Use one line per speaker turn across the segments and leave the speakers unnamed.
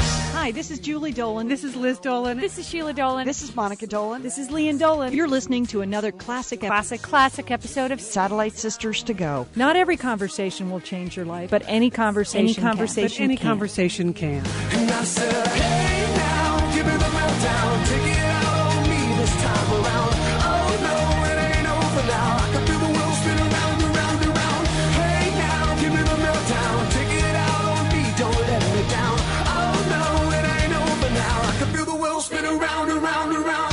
Hi, this is Julie Dolan.
This is Liz Dolan.
This is Sheila Dolan.
This is Monica Dolan.
This is Leon Dolan.
You're listening to another classic, ep-
classic, classic episode of
Satellite Sisters to Go.
Not every conversation will change your life, but any conversation,
Any
can.
conversation,
But
any conversation can.
And I said, hey now, give me the meltdown. Take it out on me this time around. Oh no, it ain't over now. I can feel the world spin around and round and round. Hey now, give me the meltdown. Take it out on me, don't let me down. Oh no, it ain't over now. I can feel the world spin around and round and round.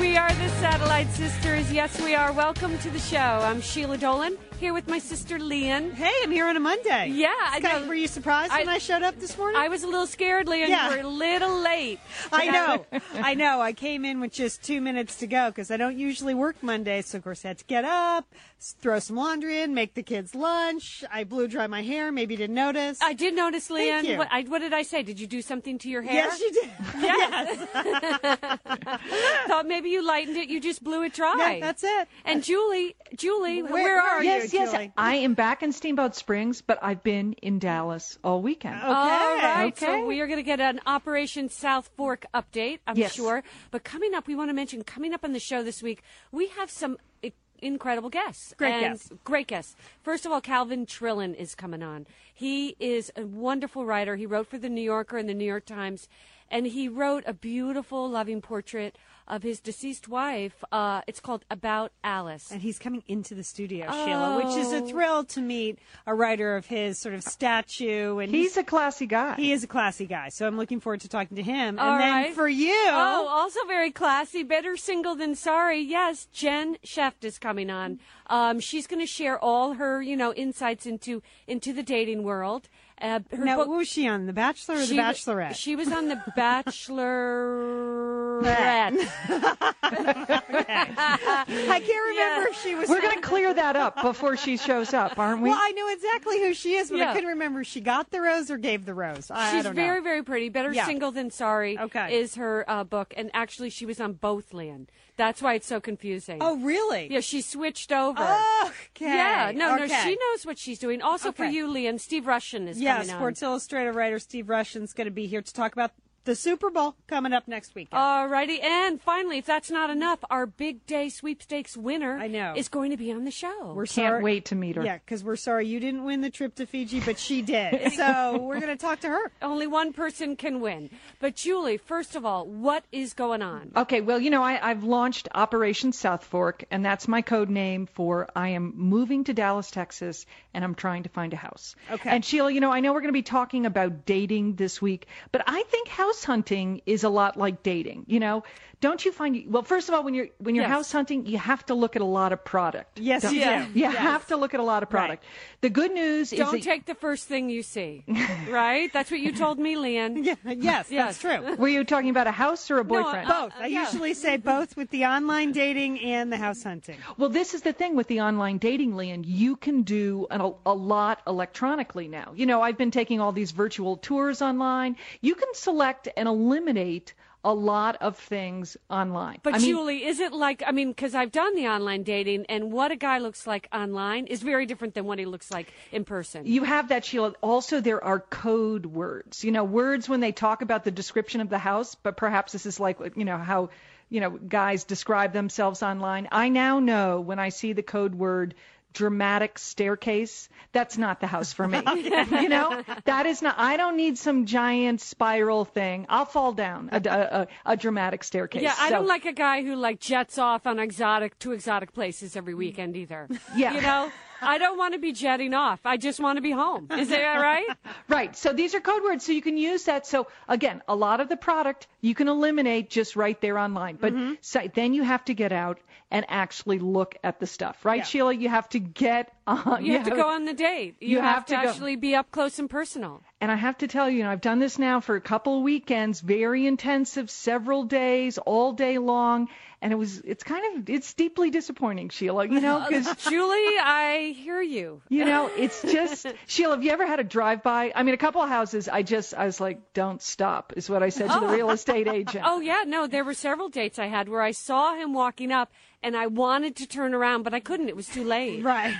We are the Satellite Sisters. Yes, we are. Welcome to the show. I'm Sheila Dolan here with my sister Leon.
Hey, I'm here on a Monday.
Yeah, I
Scott,
know.
were you surprised when
I-
I showed up this morning?
I was a little scared, Leon.
Yeah.
You were a little late.
I know, I know. I came in with just two minutes to go because I don't usually work Mondays. So of course I had to get up, s- throw some laundry in, make the kids lunch. I blew dry my hair. Maybe you didn't notice.
I did notice, Leon.
you.
What, I, what did I say? Did you do something to your hair?
yes, you did.
Thought maybe you lightened it. You just blew it dry.
Yeah, that's it.
And Julie, Julie, where,
where
are
are
you?
you?
Yes, yes.
Julie?
I am back in Steamboat Springs, but I've been in Dallas all weekend.
Okay.
All right,
Okay.
so we are going to get an Operation South Fork update, I'm
Yes.
sure. But coming up, we want to mention coming up on the show this week, we have some i- incredible guests.
Great
And-
guests.
Great guests. First of all, Calvin Trillin is coming on. He is a wonderful writer. He wrote for The New Yorker and The New York Times, and he wrote a beautiful, loving portrait of his deceased wife. Uh, it's called About Alice. Oh,
And he's coming into the studio, Sheila, which is a thrill to meet a writer of his sort of statue. And
He's a classy guy.
He is a classy guy, so I'm looking forward to talking to him.
All
and then
right.
for you,
Oh, also very classy. Better single than sorry. Yes, Jen Sheft is coming on. Um, she's going to share all her, you know, insights into into the dating world. Uh, her
now
book-
who was she on, The Bachelor or The
she wa-
Bachelorette?
She was on The Bachelorette.
I can't remember
Yeah.
if she was.
We're going to clear that up before she shows up, aren't we?
Well, I know exactly who she is, but
Yeah.
I couldn't remember if she got the rose or gave the rose. I, I
She's
don't
very,
know.
very pretty. Better
Yeah.
single than sorry
Okay.
is her uh, book, and actually she was on both land. That's why it's so confusing.
Oh, really?
yeah, she switched over.
Okay.
Yeah, no, no,
Okay.
she knows what she's doing. Also for
Okay.
you, Leon, Steve Russian is
Yeah,
coming on.
Sports Illustrated writer Steve Russian's going to be here to talk about the Super Bowl coming up next
Oh,
weekend.
All righty, and finally, if that's not enough, our big day sweepstakes winner
I know.
is going to be on the show.
We're
Can't
sorry.
wait to meet her.
Yeah, because we're sorry you didn't win the trip to Fiji, but she did. So we're going to talk to her.
Only one person can win. But Julie, first of all, what is going on?
Okay, well, you know, I, I've launched Operation South Fork, and that's my code name for I am moving to Dallas, Texas, and I'm trying to find a house.
Okay.
And Sheila, you know, I know we're going to be talking about dating this week, but I think house hunting is a lot like dating. You know, don't you find? Well, first of all, when you're when you're
Yes.
house hunting, you have to look at a lot of product.
Yes,
Don't-
you do.
You have to look at a lot of product. The good news is
Don't
that-
take the first thing you see, right? That's what you told me, Leon.
Yeah, yes, that's
Yes.
true.
Were you talking about a house or a boyfriend?
uh,
Both. I
yeah.
usually say both with the online dating and the house hunting.
Well, this is the thing with the online dating, Leon. You can do an, a lot electronically now. You know, I've been taking all these virtual tours online. You can select and eliminate a lot of things online.
But
I mean,
Julie, is it like, I mean, because I've done the online dating, and what a guy looks like online is very different than what he looks like in person.
you have that, Sheila. Also, there are code words. You know, words when they talk about the description of the house, but perhaps this is like, you know, how, you know, guys describe themselves online. I now know when I see the code word dramatic staircase, that's not the house for me. you know, that is not, I don't need some giant spiral thing. I'll fall down a, a, a, a dramatic staircase.
yeah, I
So-
don't like a guy who like jets off on exotic to exotic places every weekend either.
Yeah.
you know, I don't want to be jetting off. I just want to be home. Is that right?
Right. So these are code words. So you can use that. So again, a lot of the product you can eliminate just right there online. But
Mm-hmm.
so then you have to get out and actually look at the stuff, right, Sheila? You have to get on.
You have to go on the date. You,
Uh-huh, You
have,
have
to,
to go.
actually be up close and personal.
And I have to tell you, you know, I've done this now for a couple of weekends, very intensive, several days, all day long, and it was it's kind of it's deeply disappointing, Sheila. You know, because
Uh, Julie, I hear you.
You know, it's just Sheila. Have you ever had a drive-by? I mean, a couple of houses. I just, I was like, "Don't stop," is what I said to the real estate agent.
Oh yeah, no, there were several dates I had where I saw him walking up and I wanted to turn around, but I couldn't. It was too late.
Right.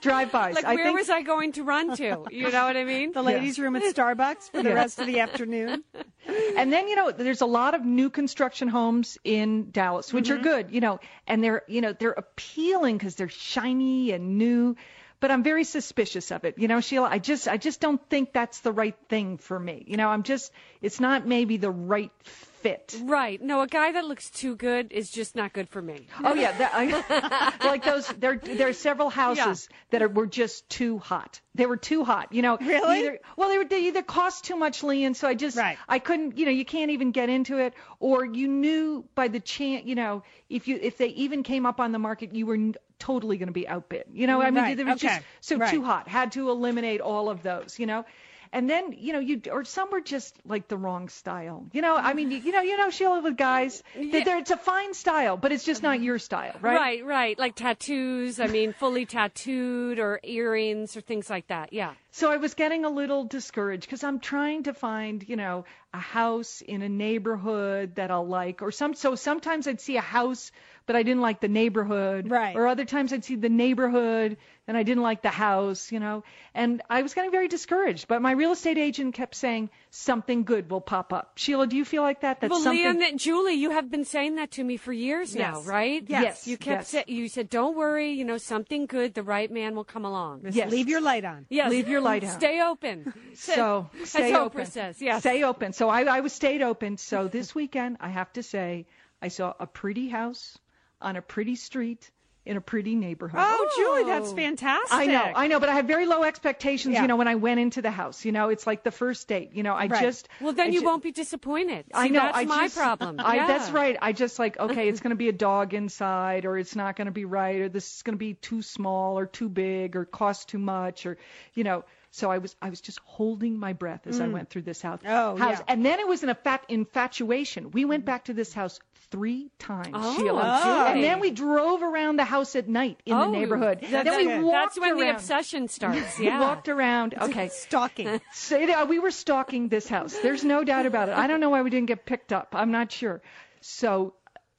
drive-bys.
Like
I
where
think
was I going to run to? You know what I mean?
The ladies' room at Starbucks for the rest of the afternoon.
And then, you know, there's a lot of new construction homes in Dallas, which
Mm-hmm.
are good, you know, and they're, you know, they're appealing because they're shiny and new. But I'm very suspicious of it. You know, Sheila, I just, I just don't think that's the right thing for me. You know, I'm just, it's not maybe the right fit.
Right. No, a guy that looks too good is just not good for me.
Oh yeah, that, I, like those. There, there are several houses that are, were just too hot. They were too hot. You know,
Really?
Either, well, they were they either cost too much, Lee, and so I just
Right.
I couldn't. You know, you can't even get into it, or you knew by the chance. You know, if you if they even came up on the market, you were n- totally going to be outbid. You know, I mean,
Right,
they were just
okay,
so
right.
too hot. Had to eliminate all of those. You know. And then you know you or some were just like the wrong style. You know, I mean, you, you know, you know, Sheila with guys, that they're, it's a fine style, but it's just not
Um,
your style, right?
right, Like tattoos, I mean, fully tattooed or earrings or things like that. Yeah.
So I was getting a little discouraged because I'm trying to find, you know, a house in a neighborhood that I'll like, or some. So sometimes I'd see a house, but I didn't like the neighborhood,
Right.
Or other times I'd see the neighborhood and I didn't like the house, you know. And I was getting very discouraged. But my real estate agent kept saying something good will pop up. Sheila, do you feel like that? That
well,
something.
Leon, that- Julie, you have been saying that to me for years now,
Yes.
right?
Yes. Yes.
You kept
Yes.
sa- you said, "Don't worry, you know, something good, the right man will come along."
Just
Yes.
leave your light on.
Yes.
Leave your light on.
Stay open.
So stay
Oprah
open.
says, yes.
Stay open. So I, I was stayed open. So this weekend, I have to say, I saw a pretty house on a pretty street in a pretty neighborhood.
Oh, Julie, that's fantastic.
I know, I know, but I have very low expectations.
Yeah.
You know, when I went into the house, you know, it's like the first date. You know, I
Right.
just
Well, then
I
you
ju-
won't be disappointed. See,
I know.
That's
I
my
just-
problem.
I,
yeah.
That's right. I just like okay, it's going to be a dog inside, or it's not going to be right, or this is going to be too small, or too big, or cost too much, or you know. So I was I was just holding my breath
Mm.
as I went through this house.
Oh,
house.
yeah.
And then it was an infat- infatuation. We went back to this house three times,
Oh,
Sheila, and then
Julie.
we drove around the house at night in
Oh,
the neighborhood.
That's,
then we
good.
walked
that's when the
around.
obsession starts.
We
Yeah.
walked around. Okay.
Stalking.
So it- uh, we were stalking this house. There's no doubt about it. I don't know why we didn't get picked up. I'm not sure. So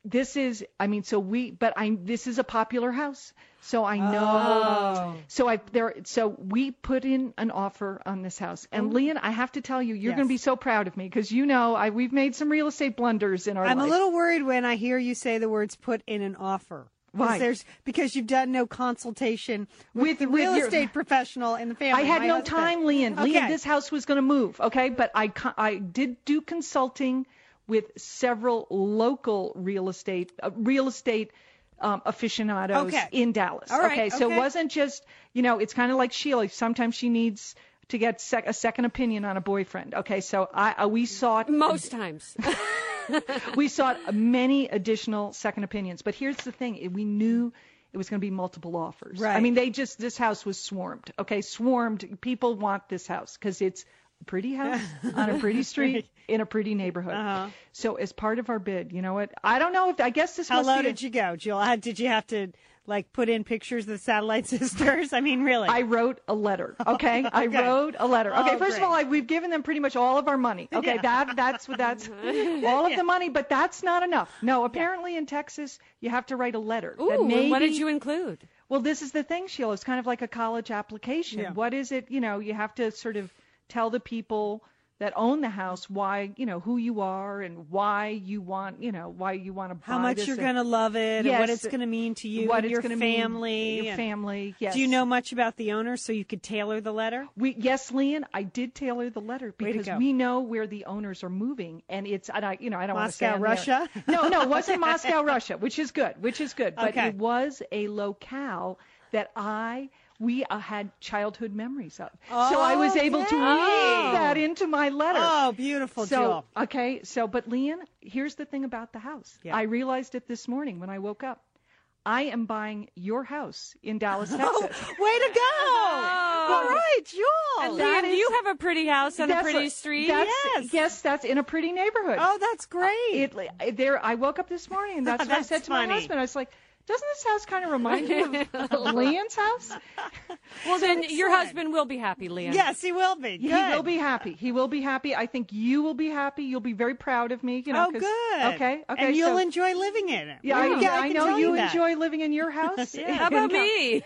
this is, I mean, so we, but I, this is a popular house. So I
Oh.
know. So I there. So we put in an offer on this house, and Leon, I have to tell you, you're going
Oh. Yes.
to be so proud of me because you know I we've made some real estate blunders in our
I'm a
life.
little worried when I hear you say the words "put in an offer." 'Cause
Why?
There's because you've done no consultation with,
With-
the
with
real
your-
estate professional in the family.
I had
my
no
husband.
time, Leon. Leon,
Okay.
this house was going to move, okay? But I, co- I did do consulting with several local real estate uh, real estate um, aficionados
Okay.
in Dallas.
All right,
okay, so
okay.
it wasn't just you know, it's kind of like Sheila. Sometimes she needs to get sec- a second opinion on a boyfriend. Okay, so I, I we saw it
Most times.
we sought many additional second opinions. But here's the thing: we knew it was going to be multiple offers. I
Right.
mean, they just this house was swarmed. Okay, swarmed. People want this house because it's a pretty house on a pretty street in a pretty neighborhood.
Uh-huh.
So as part of our bid, you know what? I don't know if I guess this
How
must
low
be a-
did you go, Jill? How- Did you have to like put in pictures of the satellite sisters? I mean, really?
I wrote a letter. Okay, I wrote a letter. Okay,
Oh,
first
great.
of all, I, we've given them pretty much all of our money. Okay, that that's what that's all of the money, but that's not enough. No, apparently in Texas you have to write a letter.
Ooh,
that
and what did
maybe-
you include?
Well, this is the thing, Sheila. It's kind of like a college application.
Yeah.
What is it? You know, you have to sort of tell the people that own the house why, you know, who you are and why you want, you know, why you want to buy
How much
this
you're
and
going to love it, and
Yes.
what it's going to mean to you,
what
and
it's
your
gonna mean,
family.
your
and-
family. Yes.
Do you know much about the owner so you could tailor the letter?
We yes, Leon, I did tailor the letter
Way to
because
go.
we know where the owners are moving, and it's and I you know I don't
Moscow,
want to say on the air.
Russia?
No, no, it wasn't Moscow, Russia, which is good, which is good, but
Okay.
it was a locale that I we uh, had childhood memories of. so I was able to
Okay.
weave that into my letter.
Oh, beautiful,
So
Jewel.
okay, so but Leon, here's the thing about the house.
Yeah.
I realized it this morning when I woke up. I am buying your house in Dallas, Texas.
Oh, Way to go! All right, Jewel.
And Leon,
Oh, is-
you have a pretty house on a
That's-
pretty street.
That's,
Yes.
yes, that's in a pretty neighborhood. Uh,
oh, that's great.
it it- there I woke up this morning and that's what I
That's
said to
funny.
my husband. I was like, doesn't this house kind of remind you of Leon's house?
well, then your husband will be happy, Leon.
yes, he will be.
He
Good.
will be happy. He will be happy. I think you will be happy. You'll be very proud of me. You know,
Oh,
'cause-
good.
Okay. Okay.
And you'll
so-
enjoy living in it.
Yeah, I, I
can
know
tell
you,
that.
enjoy living in your house. yeah.
How about me?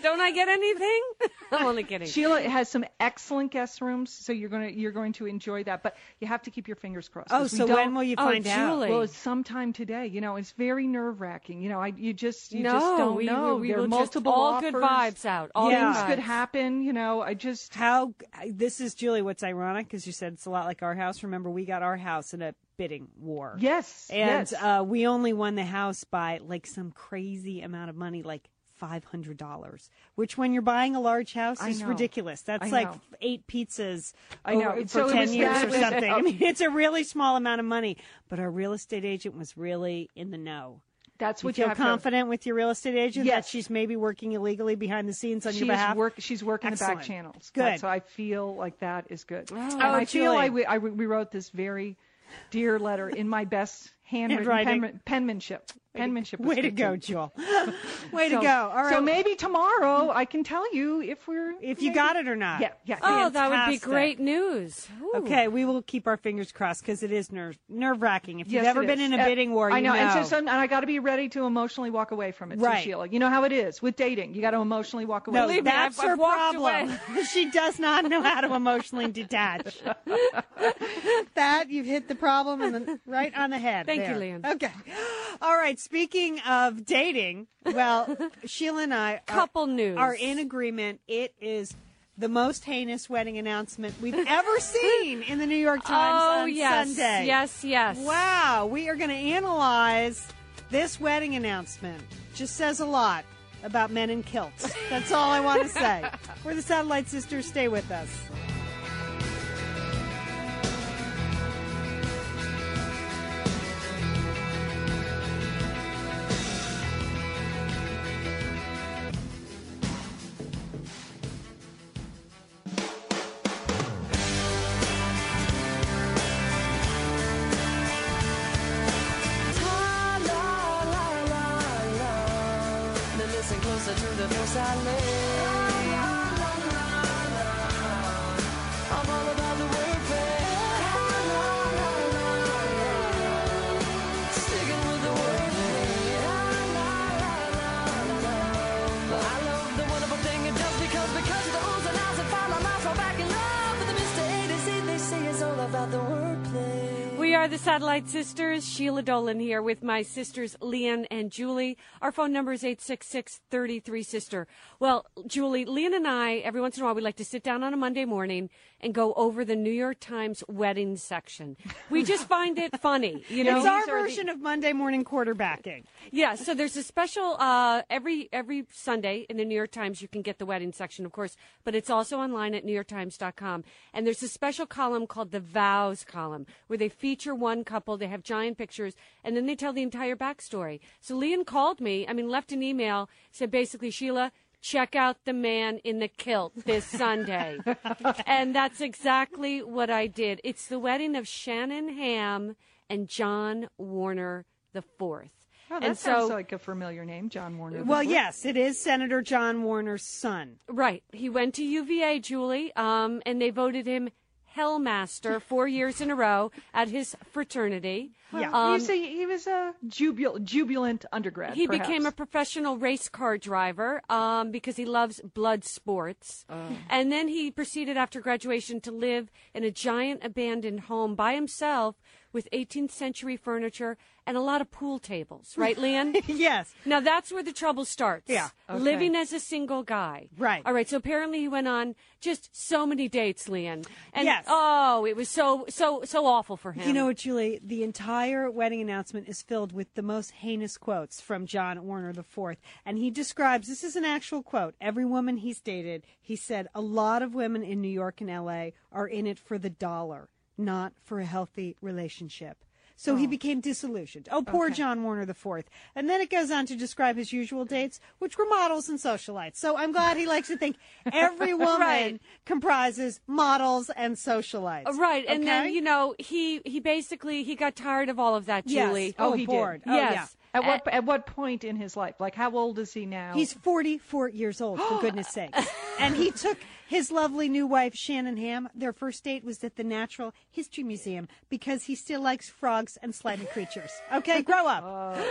Don't I get anything? I'm only kidding.
Sheila has some excellent guest rooms, so you're gonna you're going to enjoy that. But you have to keep your fingers crossed.
Oh,
'cause we
so
don't-
when will you
Oh,
find out?
Julie.
Well, it's sometime today. You know, it's very nerve wracking. You know, I you just you
no,
just don't
we,
know.
We, we
there are
will
multiple
just all
offers.
good vibes out. All
Yeah.
good
Things could
vibes.
happen. You know, I just
How this is Julie. What's ironic because you said it's a lot like our house. Remember, we got our house in a bidding war.
yes
and
yes.
uh, we only won the house by like some crazy amount of money, like five hundred dollars. Which, when you're buying a large house,
I
is
know.
ridiculous. That's
I
like
know.
eight pizzas.
I know.
over- for
It's- so it
ten
was
years
that-
or
was-
something. I mean, it's a really small amount of money. But our real estate agent was really in the know.
that's
Do you
what
feel
have to-
confident with your real estate agent
Yes.
that she's maybe working illegally behind the scenes on
She's
your behalf?
work. She's working the
Excellent.
back channels.
Good.
So I feel like that is good. and
Oh,
I feel I,
Julie.
we, I re- we wrote this very dear letter in my best handwritten
Handwriting.
penman- penmanship. Penmanship. was
Way to
good,
go,
too.
Jewel. Way
so,
to go. All right.
So maybe tomorrow I can tell you if we're
if you
maybe-
got it or not.
Yeah, yeah.
Oh, that would be
Fantastic.
great news. Ooh.
Okay, we will keep our fingers crossed because it is nerve nerve wracking. If you've
Yes,
ever
it
been
is.
in a
Uh,
bidding war,
I
you
know, and so some, and I got to be ready to emotionally walk away from it, too,
Right.
Sheila. You know how it is with dating; you got to emotionally walk away.
no,
from it.
Believe me,
that's
I've-
her
I've walked
problem. she does not know how to emotionally detach. that you've hit the problem in the, right on the head.
Thank you,
there.
Leon.
Okay, all right. Speaking of dating, well, Sheila and I are-
Couple news.
are in agreement. It is. The most heinous wedding announcement we've ever seen in the New York Times
Oh,
on
yes.
Sunday.
Yes, yes.
Wow, we are going to analyze this wedding announcement. Just says a lot about men in kilts. That's all I want to say. We're the Satellite Sisters. Stay with us.
About the wordplay.
We are the Satellite Sisters. Sheila Dolan here with my sisters, Leanne and Julie. Our phone number is 866-33-SISTER. Well, Julie, Leanne and I, every once in a while, we like to sit down on a Monday morning and go over the New York Times wedding section. We just find it funny. You know,
It's
These
our
are the-
version of Monday morning quarterbacking.
yeah, so there's a special uh, every every Sunday in the New York Times. You can get the wedding section, of course, but it's also online at newyorktimes.com. And there's a special column called the vows column where they feature one couple. They have giant pictures, and then they tell the entire backstory. So Leon called me. I mean, left an email said basically Sheila. Check out the man in the kilt this Sunday. and that's exactly what I did. It's the wedding of Shannon Ham and John Warner the Fourth.
Oh, that
and
sounds
so,
like a familiar name, John Warner.
Uh-huh.
Well, yes, it is Senator John Warner's son.
right, he went to UVA, Julie, um, and they voted him Hellmaster four years in a row at his fraternity. Um,
Yeah.
You say he was a jubil- jubilant undergrad.
He
perhaps.
became a professional race car driver um, because he loves blood sports.
Uh.
And then he proceeded after graduation to live in a giant abandoned home by himself with 18th century furniture and a lot of pool tables, right, Leon?
Yes.
Now that's where the trouble starts.
Yeah,
Living as a single guy.
Right.
All right. So apparently he went on just so many dates, Leon. And
Yes.
oh, it was so so so awful for him.
You know what, Julie? The entire wedding announcement is filled with the most heinous quotes from John Warner IV. And he describes this is an actual quote. Every woman he's dated, he said, a lot of women in New York and LA are in it for the dollar, not for a healthy relationship. So
Oh.
he became disillusioned. Oh, poor John Warner IV. And then it goes on to describe his usual dates, which were models and socialites. So I'm glad he likes to think every woman
Right.
comprises models and socialites.
Right. And then
Okay?
you know he he basically he got tired of all of that, Julie.
Yes. Oh,
Oh, he did.
bored. Oh, yeah.
yes.
At what at what point in his life? Like how old is he now?
He's 44 years old, for goodness sake. And he took his lovely new wife, Shannon Ham. Their first date was at the Natural History Museum because he still likes frogs and slimy creatures. Okay, grow up.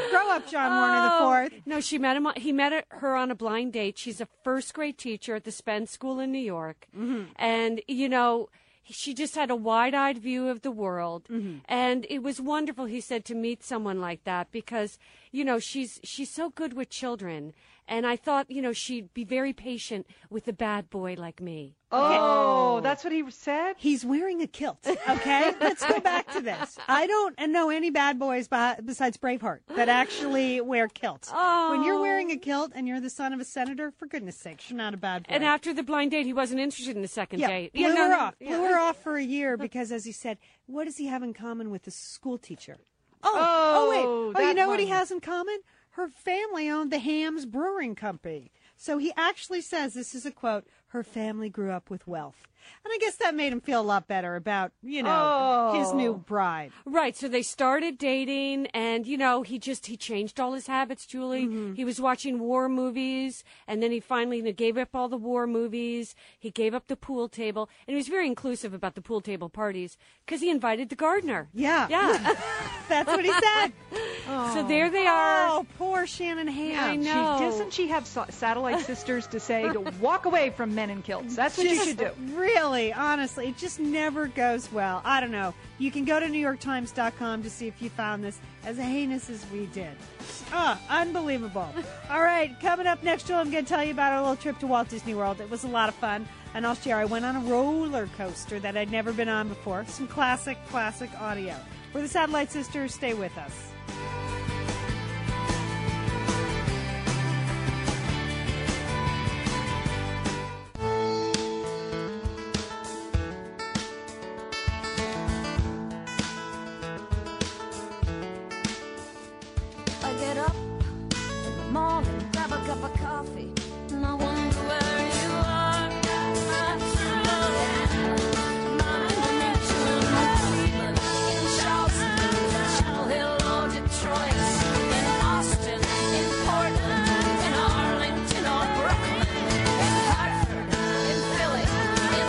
Grow up, John Warner IV.
Oh, No, she met him. On, he met her on a blind date. She's a first grade teacher at the Spence School in New York, and you know. She just had a wide eyed view of the world. And it was wonderful, he said, to meet someone like that because, you know, she's she's so good with children. And I thought, you know, she'd be very patient with a bad boy like me.
oh, that's what he said.
He's wearing a kilt. Okay, let's go back to this. I don't know any bad boys behi- besides Braveheart that actually wear kilts. When you're wearing a kilt and you're the son of a senator, for goodness sakes, you're not a bad boy.
And after the blind date, he wasn't interested in the second date.
Blew
You know,
her off. Blew her off for a year because, as he said, what does he have in common with a school teacher? Oh,
Oh,
wait. Oh, you
that
know what he
one.
has in common? Her family owned the Hams Brewing Company. So he actually says this is a quote. Her family grew up with wealth, and I guess that made him feel a lot better about you know his
Oh.
new bride.
Right, so they started dating and you know, he just he changed all his habits, Julie.
Mm-hmm.
He was watching war movies and then he finally you know, gave up all the war movies. He gave up the pool table and he was very inclusive about the pool table parties cuz he invited the gardener.
Yeah.
Yeah.
That's what he said.
so there they are.
oh, poor Shannon Ham.
I
She,
know.
doesn't she have sa- satellite sisters to say to walk away from men in kilts? That's what you
Just
should do.
Really, honestly, it just never goes well. I don't know. You can go to NewYorkTimes.com to see if you found this as heinous as we did. Ah, unbelievable. All right, coming up next, Joel, I'm going to tell you about our little trip to Walt Disney World. It was a lot of fun. And I'll share, I went on a roller coaster that I'd never been on before. Some classic, classic audio. We're the Satellite Sisters. Stay with us.
I get up in the morning, grab a cup of coffee, and I wonder where you are. I turn around, mind the nature of my Cleveland, in Charleston, Chapel Hill, or Detroit, in Austin, in Portland, in Arlington or Brooklyn, in Hartford, in Philly, in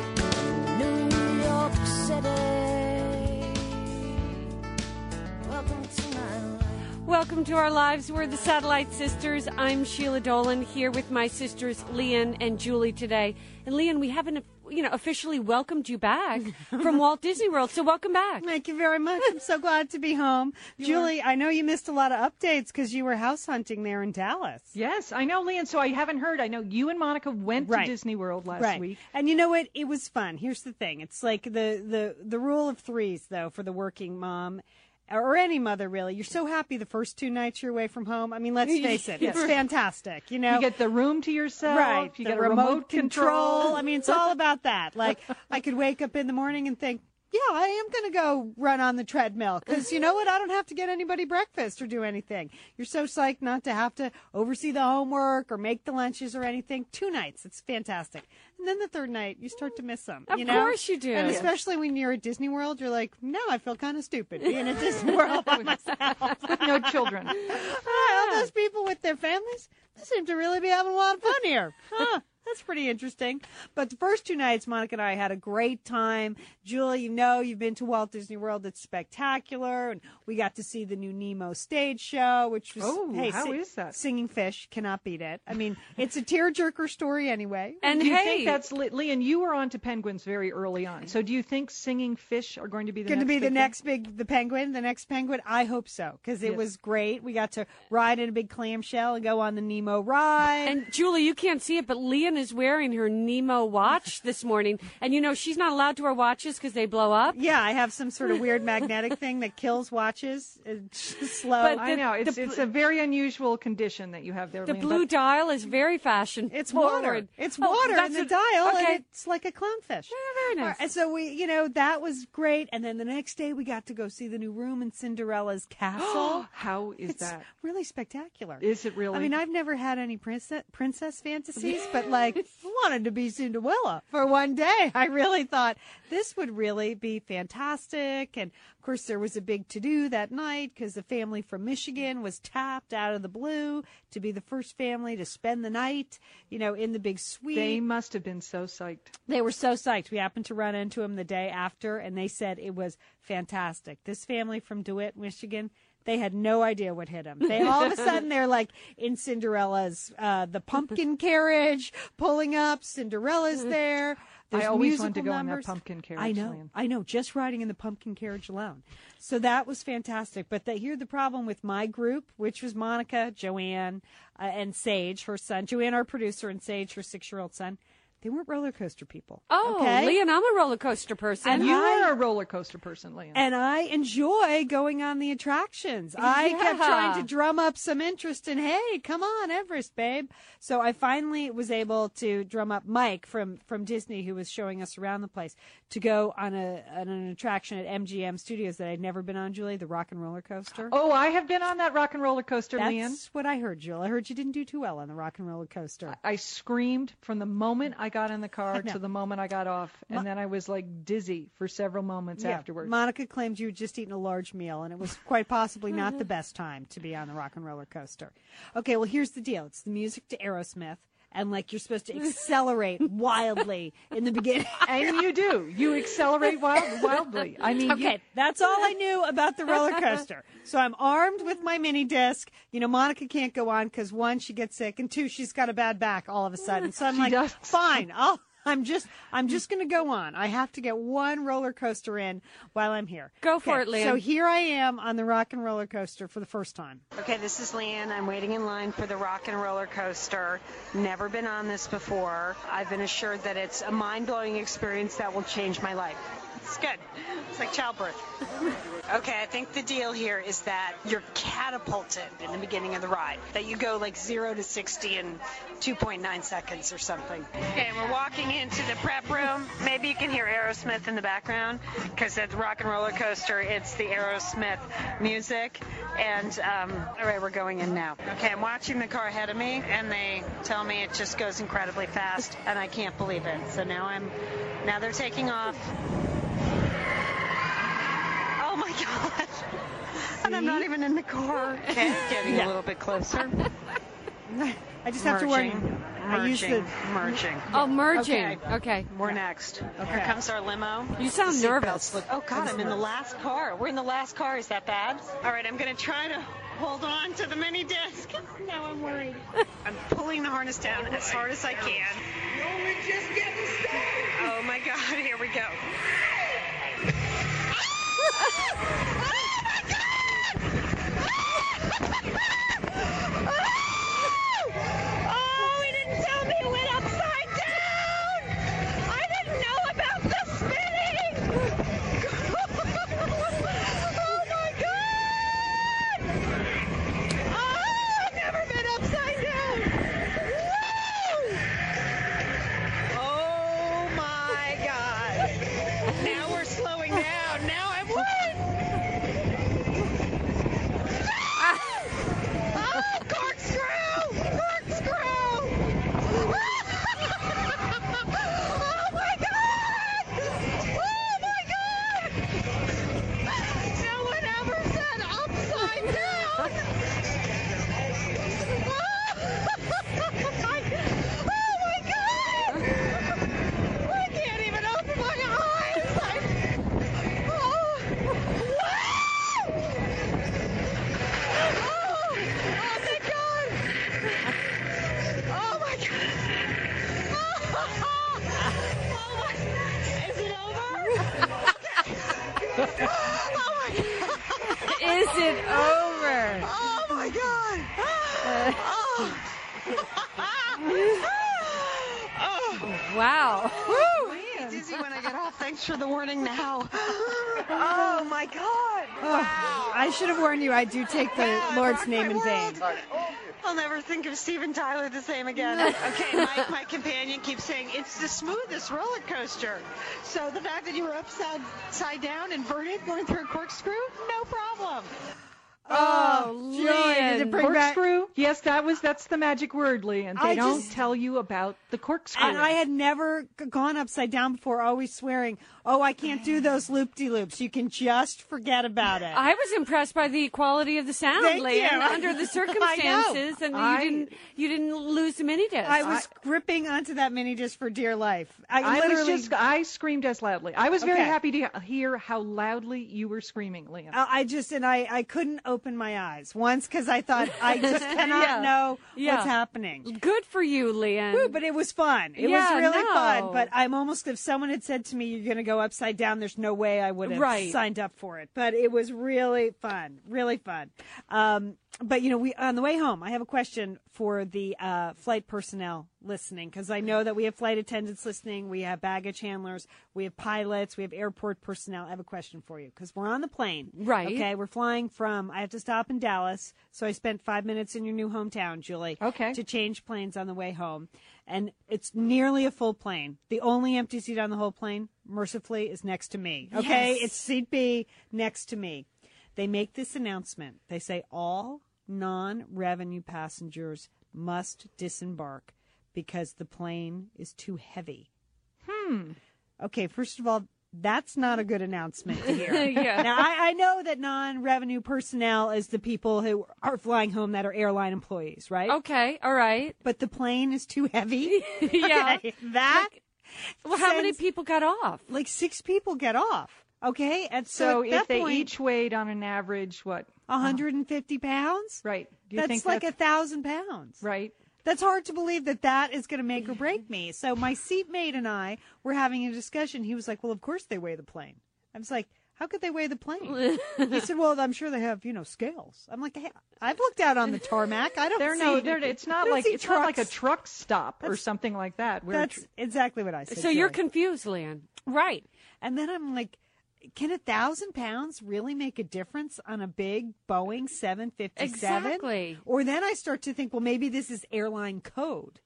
Los Angeles, New York City. Welcome to my life.
Welcome to our lives. We're the Satellite Sisters. I'm Sheila Dolan here with my sisters Leon and Julie today. And Leon, we haven't you know officially welcomed you back from Walt Disney World. So welcome back.
Thank you very much. I'm so glad to be home. Julie, I know you missed a lot of updates because you were house hunting there in Dallas.
Yes, I know, Leon. So I haven't heard. I know you and Monica went
Right.
to Disney World last
right.
week.
And you know what? It was fun. Here's the thing. It's like the the the rule of threes though for the working mom or any mother really. You're so happy the first two nights you're away from home. I mean, let's face it. It's fantastic, you know.
You get the room to yourself.
Right.
You
the
get a remote,
I mean, it's all about that. Like, I could wake up in the morning and think, yeah, I am going to go run on the treadmill because you know what? I don't have to get anybody breakfast or do anything. You're so psyched not to have to oversee the homework or make the lunches or anything. Two nights. It's fantastic. And then the third night, you start to miss them.
Of
you know?
course you do.
And
Yes.
especially when you're at Disney World, you're like, no, I feel kind of stupid being at Disney World by myself.
with no children.
All right, all those people with their families, they seem to really be having a lot of fun here. Huh. That's pretty interesting. But the first two nights, Monica and I had a great time. Julie, you know, you've been to Walt Disney World. It's spectacular. And we got to see the new Nemo stage show, which was,
Oh,
hey,
how
si-
is that?
Singing Fish cannot beat it. I mean, it's a tearjerker story anyway.
And
do you
hey,
think that's Le- Leon? You were on to penguins very early on. So do you think singing fish are going to be the
going to
next
be the
big
next big the penguin the next penguin i hope so because it was great we got to ride in a big clamshell and go on the nemo ride
And Julie, you can't see it, but Leon is wearing her Nemo watch this morning. And you know, she's not allowed to wear watches because they blow up.
yeah i have some sort of weird magnetic thing that kills watches it's just slow
But
I
the-
know it's
the
it's a very unusual condition that you have there.
The
Leon,
blue
but
dial is very fashion.
it's
forward.
water. It's
Oh,
water in
that's
the
what-
dial,
Okay.
and it's like a clownfish.
Yeah, very
All right,
nice.
And so we, you know, that was great. And then the next day, we got to go see the new room in Cinderella's castle.
How is
It's
that?
really spectacular.
Is it really?
I mean, I've never had any princess princess fantasies, but like I wanted to be Cinderella for one day. I really thought this would really be fantastic. And of course, there was a big to do that night because the family from Michigan was tapped out of the blue to be the first family to spend the night, you know, in the big suite.
They must have been so psyched.
They were so psyched. We happened to run into them the day after, and they said it was fantastic. This family from DeWitt, Michigan, they had no idea what hit them. They all of a sudden they're like in Cinderella's, uh, the pumpkin carriage pulling up. Cinderella's there. There's
Mm. I always wanted to
musical
go in that
numbers.
pumpkin carriage,
I know.
Lynn.
I know, just riding in the pumpkin carriage alone. So that was fantastic. But the, here the problem with my group, which was Monica, Joanne, uh, and Sage, her son, Joanne, our producer, and Sage, her six-year-old son. They weren't roller coaster people.
Oh,
okay?
Leon, I'm a roller coaster person.
And
You
I-
are a roller coaster person, Leon.
And I enjoy going on the attractions. I kept
Yeah.
trying to drum up some interest in, hey, come on, Everest, babe. So I finally was able to drum up Mike from, from Disney, who was showing us around the place, to go on, a, on an attraction at MGM Studios that I'd never been on, Julie, the rock and roller coaster.
oh, I have been on that rock and roller coaster,
That's
Leon.
what I heard, Jill. I heard you didn't do too well on the rock and roller coaster.
I screamed from the moment I got in the car
know.
to the moment I got off, and then I was like dizzy for several moments
Yeah,
afterwards.
Monica claimed you had just eaten a large meal, and it was quite possibly not the best time to be on the rock and roller coaster. Okay, well, here's the deal it's the music to Aerosmith, and like you're supposed to accelerate wildly in the beginning.
and you do. You accelerate wild, wildly. I mean, you-
okay,
That's all I knew about the roller coaster. So I'm armed with my mini disc. You know, Monica can't go on because one, she gets sick, and two, she's got a bad back all of a sudden. So I'm like,
does.
fine, I'll. I'm just, I'm just going to go on. I have to get one roller coaster in while I'm here.
Go for it, Leanne.
So here I am on the rock and roller coaster for the first time.
Okay, this is Leanne. I'm waiting in line for the Rock and Roller Coaster. Never been on this before. I've been assured that it's a mind blowing experience that will change my life. It's good. It's like childbirth. okay, I think the deal here is that you're catapulted in the beginning of the ride, that you go like 0 to 60 in 2.9 seconds or something. Okay, we're walking into the prep room. Maybe you can hear Aerosmith in the background because at the Rock and Roller Coaster, it's the Aerosmith music. And um, all right, we're going in now. Okay, I'm watching the car ahead of me, and they tell me it just goes incredibly fast, and I can't believe it. So now I'm, now they're taking off. Oh my god! And I'm not even in the car. Okay, getting a little bit closer.
I just have to warn you.
Merging,
I use the
merging, merging.
oh, merging. Okay.
Okay. We're next. Here comes our limo.
You sound
The seatbelts
nervous.
look- Oh God, I'm in the last car. We're in the last car. Is that bad? All right, I'm gonna try to hold on to the mini disc. Now I'm worried. I'm pulling the harness down as hard as I can. Oh my God, here we go.
Oh, he didn't tell me it went upside down. I didn't know about the spinning. oh my god. Oh, I've never been upside down. Whoa.
Oh my God. Now we're slowing down. Now I'm what? my god! Oh, my! Is it over? oh my god!
Is it over?
Oh my god! Oh. oh.
Wow.
Woo. Dizzy when I get off. Thanks for the warning now. Oh my god!
Oh, I should have warned you. I do take the
Yeah, I
Lord's
rocked
name
my
in vain.
world. I'll never think of Steven Tyler the same again. Okay, Mike, my companion, keeps saying it's the smoothest roller coaster. So the fact that you were upside side down, inverted, going through a corkscrew, no problem.
Oh,
Joy, did it
Lynn.
bring back?
Corkscrew. Yes, that was that's the magic word, Leanne. They
I
don't
just-
tell you about the corkscrew.
And I had never g- gone upside down before, always swearing, oh, I can't do those loop de loops. You can just forget about it.
I was impressed by the quality of the sound,
Thank
Leanne,
you.
under the circumstances, and
I-
you didn't you didn't lose the mini disc.
I was gripping onto that mini disc for dear life. I,
I
literally.
was just I screamed as loudly. I was very
Okay.
happy to hear how loudly you were screaming, Leanne.
Uh, I I just and I I couldn't open my eyes once because I thought I just cannot
Yeah.
know
Yeah.
what's happening.
Good for you, Leanne.
Woo, but it was fun. It
Yeah,
was really
no.
fun. But I'm almost if someone had said to me, "You're going to go upside down," there's no way I would have
Right.
signed up for it. But it was really fun, really fun. Um, but you know, we on the way home, I have a question for the uh, flight personnel listening because I know that we have flight attendants listening, we have baggage handlers, we have pilots, we have airport personnel. I have a question for you because we're on the plane,
Right.
Okay, we're flying from. I have to stop in Dallas, so I spent five minutes in your new hometown, Julie
Okay.
to change planes on the way home. And it's nearly a full plane. The only empty seat on the whole plane, mercifully, is next to me. Okay?
Yes.
It's seat B next to me. They make this announcement. They say all non revenue passengers must disembark because the plane is too heavy. Hmm. Okay, first of all, that's not a good announcement to hear.
yeah.
Now, I, I know that non revenue personnel is the people who are flying home that are airline employees, right?
Okay. All right.
but the plane is too heavy.
yeah.
Okay, that
Well, how many
sends-
people got off?
like six people get off. Okay, and so,
so
at
if
that
they
point,
each weighed on an average what?
150 pounds,
Right. Do you
That's
think
like
that's
a thousand pounds.
right?
That's hard to believe that that is going to make or break me. So my seatmate and I were having a discussion. He was like, "Well, of course they weigh the plane." I was like, "How could they weigh the plane?" he said, "Well, I'm sure they have, you know, scales." I'm like, hey, "I've looked out on the tarmac. I don't
They're
see.
no, they're, it's
I
not
don't
like
see
it's not like a
trucks.
truck stop or something like that. Where
That's exactly what I said.
So you're
Julie.
confused, Leanne. Right.
And then I'm like, can a thousand pounds really make a difference on a big Boeing 757?
Exactly.
Or then I start to think, well, maybe this is airline code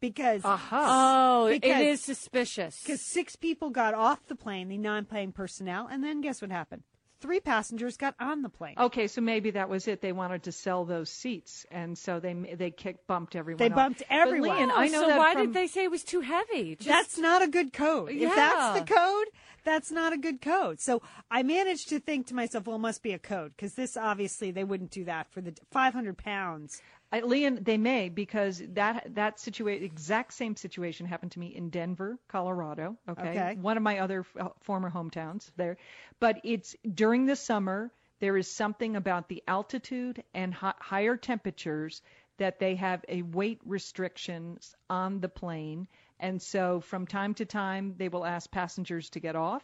because
Oh,
Because-
it is suspicious.
because six people got off the plane, the non-paying personnel, and then guess what happened? Three passengers got on the plane.
Okay, so maybe that was it. They wanted to sell those seats, and so they they kicked bumped everyone.
They
off.
bumped
But
everyone.
Leon, I know
Oh, so
that
why
from-
did they say it was too heavy? Just-
that's not a good code. If that's
Yeah.
the code, that's not a good code. So I managed to think to myself, well, it must be a code because this obviously they wouldn't do that for the 500 pounds.
I, Leon, they may because that that situation, exact same situation, happened to me in Denver, Colorado. Okay,
Okay.
one of my other uh, former hometowns there, but it's during the summer. There is something about the altitude and hi- higher temperatures that they have a weight restrictions on the plane, and so from time to time they will ask passengers to get off,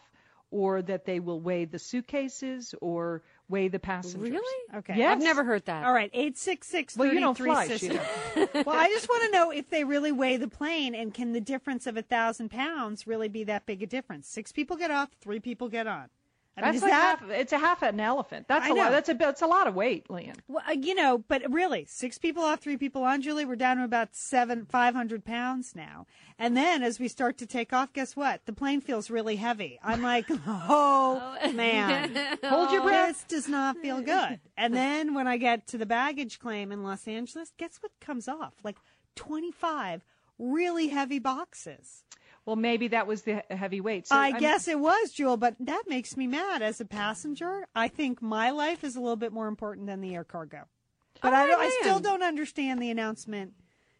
or that they will weigh the suitcases or weigh the passengers.
really
Okay.
Yes.
I've never heard that.
All right, eight six six.
Well, you don't fly, Sheila.
well, I just want to know if they really weigh the plane, and can the difference of a thousand pounds really be that big a difference? Six people get off, three people get on. I mean,
That's
is
like
that-
half. It's a half an elephant. That's
I
a
know.
lot. That's a that's a lot of weight, Leon.
Well, uh, you know, but really, six people off, three people on. Julie, we're down to about seven, five hundred pounds now. And then, as we start to take off, guess what? The plane feels really heavy. I'm like, oh man,
Hold your breath.
this does not feel good. And then when I get to the baggage claim in Los Angeles, guess what comes off? Like twenty five really heavy boxes.
Well, maybe that was the he- heavy weight. So
I
I'm-
guess it was, Jewel, but that makes me mad as a passenger. I think my life is a little bit more important than the air cargo. But Oh, I, don't, I still don't understand the announcement.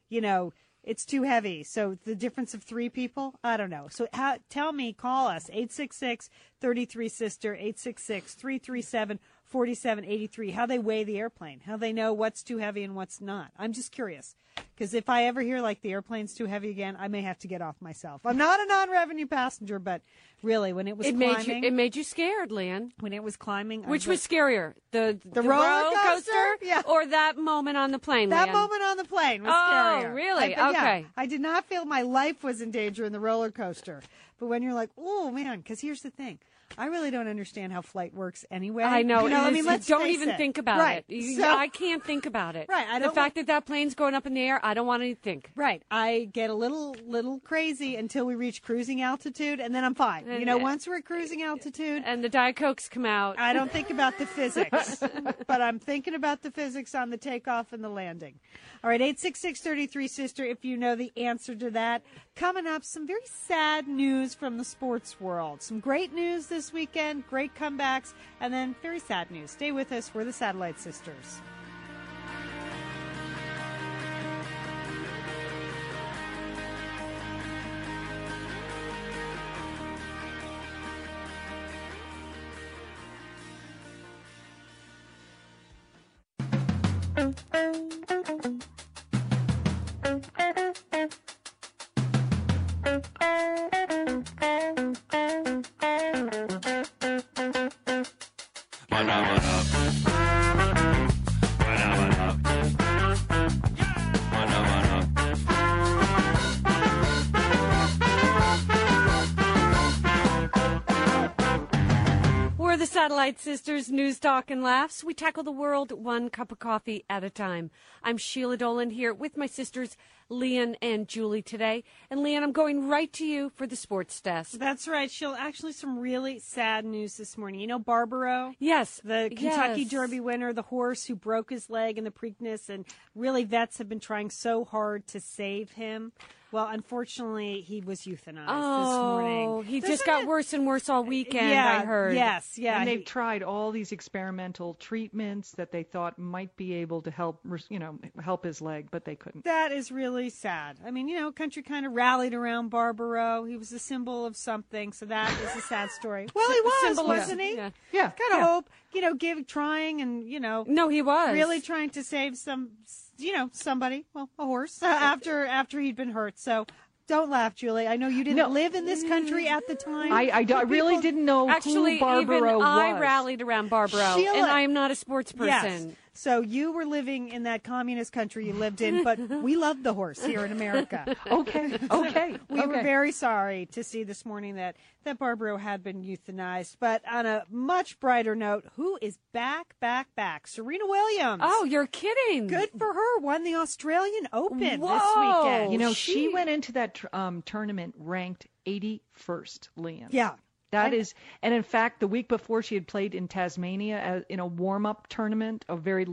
You know, it's too heavy. So the difference of three people, I don't know. So how, E tell me, call us 866 33 Sister, 866 337 4783, how they weigh the airplane, how they know what's too heavy and what's not. I'm just curious. Because if I ever hear like the airplane's too heavy again, I may have to get off myself. I'm not a non revenue passenger, but really, when it was
It made
climbing,
you. It made you scared, Leanne.
when it was climbing, I
Which was scarier, the the,
roller coaster? Yeah.
or that moment on the plane?
That
Leanne?
moment on the plane was
Oh,
scarier.
really?
I- but yeah,
Okay.
I did not feel my life was in danger in the roller coaster. But when you're like, oh man, because here's the thing. I really don't understand how flight works anyway.
I know.
You know,
it
I
is-
mean,
you
let's
don't
face
even
it.
think about
right.
it. You-
So-
I can't think about it.
Right, I
the
don't
fact that that plane's going up in the air, I don't want to think.
Right. I get a little little crazy until we reach cruising altitude, and then I'm fine. you
And-
know, once we're at cruising altitude,
And the Diet Cokes come out.
I don't think about the physics, but I'm thinking about the physics on the takeoff and the landing. All right, 86633 sister, if you know the answer to that. Coming up, some very sad news from the sports world. Some great news this weekend, great comebacks, and then very sad news. Stay with us. We're the Satellite Sisters.
We're the Satellite Sisters, News Talk and Laughs. We tackle the world one cup of coffee at a time. I'm Sheila Dolan here with my sisters, Leon and Julie today. And Leon, I'm going right to you for the sports desk.
That's right. She'll actually some really sad news this morning. You know, Barbaro?
Yes,
the Kentucky
yes.
Derby winner, the horse who broke his leg in the Preakness, and really vets have been trying so hard to save him. Well, unfortunately, he was euthanized this
Oh,
morning.
he
There's
just got
some-
worse and worse all weekend.
Yeah,
I heard.
Yes, yeah.
and
he-
they've tried all these experimental treatments that they thought might be able to help, res- you know, help his leg, but they couldn't.
that is really sad. I mean, you know, country kind of rallied around Barbaro. He was a symbol of something, so that is a sad story. Well, he was,
symbol of-
wasn't he?
yeah.
Yeah,
Kind of hope, you know, give trying and you know,
No, he was
really trying to save some you know somebody well a horse uh, after after he'd been hurt so don't laugh julie i know you didn't
No.
live in this country at the time
I, I, d- I really
People-
didn't know
Actually,
who Barbaro
even
was.
I rallied around Barbaro,
Sheila-
and I am not a sports person.
Yes. So you were living in that communist country you lived in, but we love the horse here in America.
Okay, okay,
We
okay.
were very sorry to see this morning that that Barbaro had been euthanized. But on a much brighter note, who is back, back, back? Serena Williams.
Oh, you're kidding!
good for her. Won the Australian Open
Whoa.
this weekend.
You know, she,
she-
went into that tr- um, tournament ranked 81st, Leon.
yeah.
That is, and in fact, the week before she had played in Tasmania as, in a warm-up tournament, a very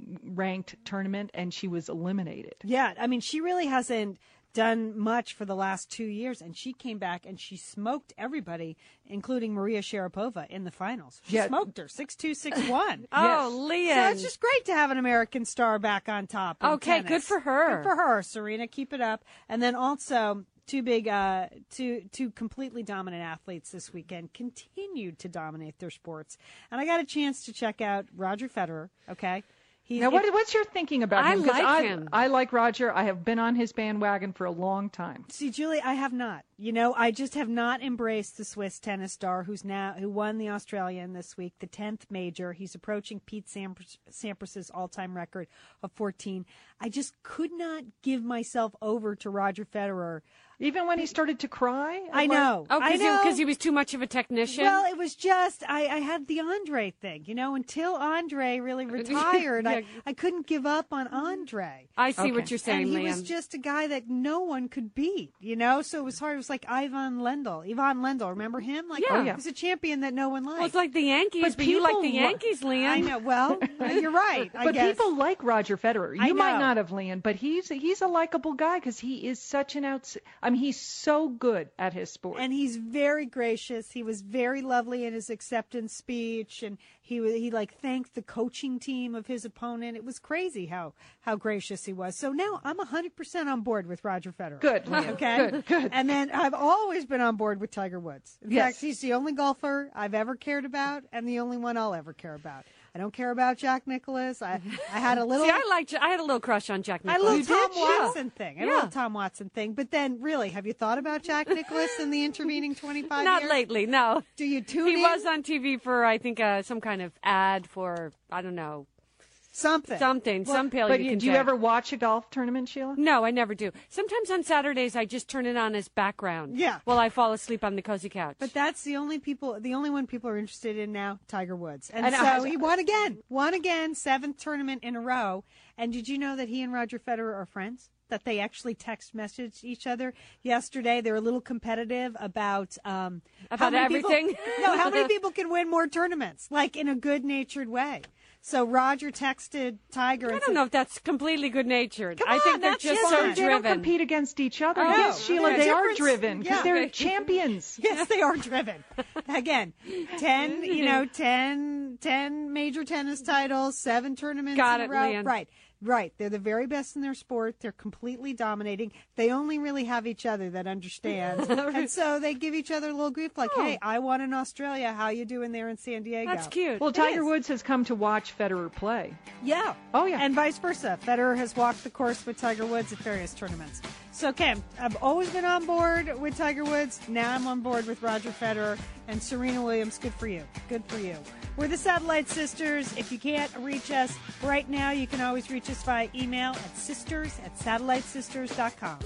low-ranked tournament, and she was eliminated.
Yeah, I mean, she really hasn't done much for the last two years, and she came back and she smoked everybody, including Maria Sharapova, in the finals. She
Yeah.
smoked her six two six one.
Oh,
So
Leon.
it's just great to have an American star back on top. in
Okay, good
tennis.
for
Good
her.
for her, Serena. Keep it up. And then also two big, uh, two two completely dominant athletes this weekend continued to dominate their sports. And I got a chance to check out Roger Federer. Okay, he
Now, what, what's your thinking about
I
him? 'Cause
like
I,
him.
I like Roger. I have been on his bandwagon for a long time.
See, Julie, I have not. You know, I just have not embraced the Swiss tennis star who's now who won the Australian this week, the tenth major. He's approaching Pete Sampras, Sampras's all-time record of fourteen. I just could not give myself over to Roger Federer.
Even when he started to cry, I'm
I
like,
know.
oh,
I
because
know.
he, was too much of a technician.
Well, it was just I, I had the Andre thing, you know. Until Andre really retired, I,
Yeah.
I couldn't give up on Andre.
I see what you're saying,
and he
Leon.
was just a guy that no one could beat, you know. So it was hard. It was like Ivan Lendl, Ivan Lendl. Remember him? Like,
Yeah. Oh,
yeah.
he was a champion that no one liked.
well, it's like the Yankees, but,
But
you like
people
the
lo-
Yankees, Leon.
I know. Well, you're right. I
But
guess.
people like Roger Federer.
I
You might
know.
not have, Leon, but he's he's a likable guy because he is such an out. I mean, he's so good at his sport.
and he's very gracious. He was very lovely in his acceptance speech, and he wa- he like thanked the coaching team of his opponent. It was crazy how how gracious he was. So now I'm hundred percent on board with Roger Federer.
Good, Leah.
okay,
Good, good.
And then I've always been on board with Tiger Woods. In
Yes.
fact, he's the only golfer I've ever cared about, and the only one I'll ever care about. I don't care about Jack Nicholas. I I had a little.
See, I liked. I had a little crush on Jack.
I love
Nicklaus.
Tom
did, yeah.
Watson thing. I
Yeah.
love Tom Watson thing. But then, really, have you thought about Jack Nicholas in the intervening twenty five?
Not
years?
lately, no.
Do you tune
He
in?
was on TV for I think uh, some kind of ad for I don't know
Something.
something, some pill
but
you
you-
can
do you
take.
ever watch a golf tournament, Sheila?
No, I never do. Sometimes on Saturdays I just turn it on as background.
Yeah.
While I fall asleep on the cozy couch.
But that's the only people, the only one people are interested in now, Tiger Woods. And,
And
so
I-
he won again, won again, seventh tournament in a row. And did you know that he and Roger Federer are friends? That they actually text messaged each other yesterday. They were a little competitive about um, how
About
many people-
everything?
no, how many people can win more tournaments? Like in a good natured way. So Roger texted Tiger.
I
and
don't
said,
know if that's completely good natured.
Come
I think
on,
they're
that's
just
just
so
fun.
they
driven.
don't compete against each other.
Oh,
yes,
no.
Sheila,
Yeah,
they are
difference-
driven because
yeah.
they're
Okay.
champions.
Yes, they are driven. Again, 10, you know, 10, 10 major tennis titles, seven tournaments
Got
in a
it,
row.
Leanne.
Right, right. They're the very best in their sport. They're completely dominating. They only really have each other that understands. and so they give each other a little grief like, hey, I won in Australia. How you doing there in San Diego?
Oh. That's cute.
Well, Tiger
is.
Woods has come to watch Federer play.
Yeah.
Oh, yeah.
And vice versa. Federer has walked the course with Tiger Woods at various tournaments. So, Kim, I've always been on board with Tiger Woods. Now I'm on board with Roger Federer and Serena Williams. Good for you. Good for you. We're the Satellite Sisters. If you can't reach us right now, you can always reach us via email at sisters at satellitesisters.com.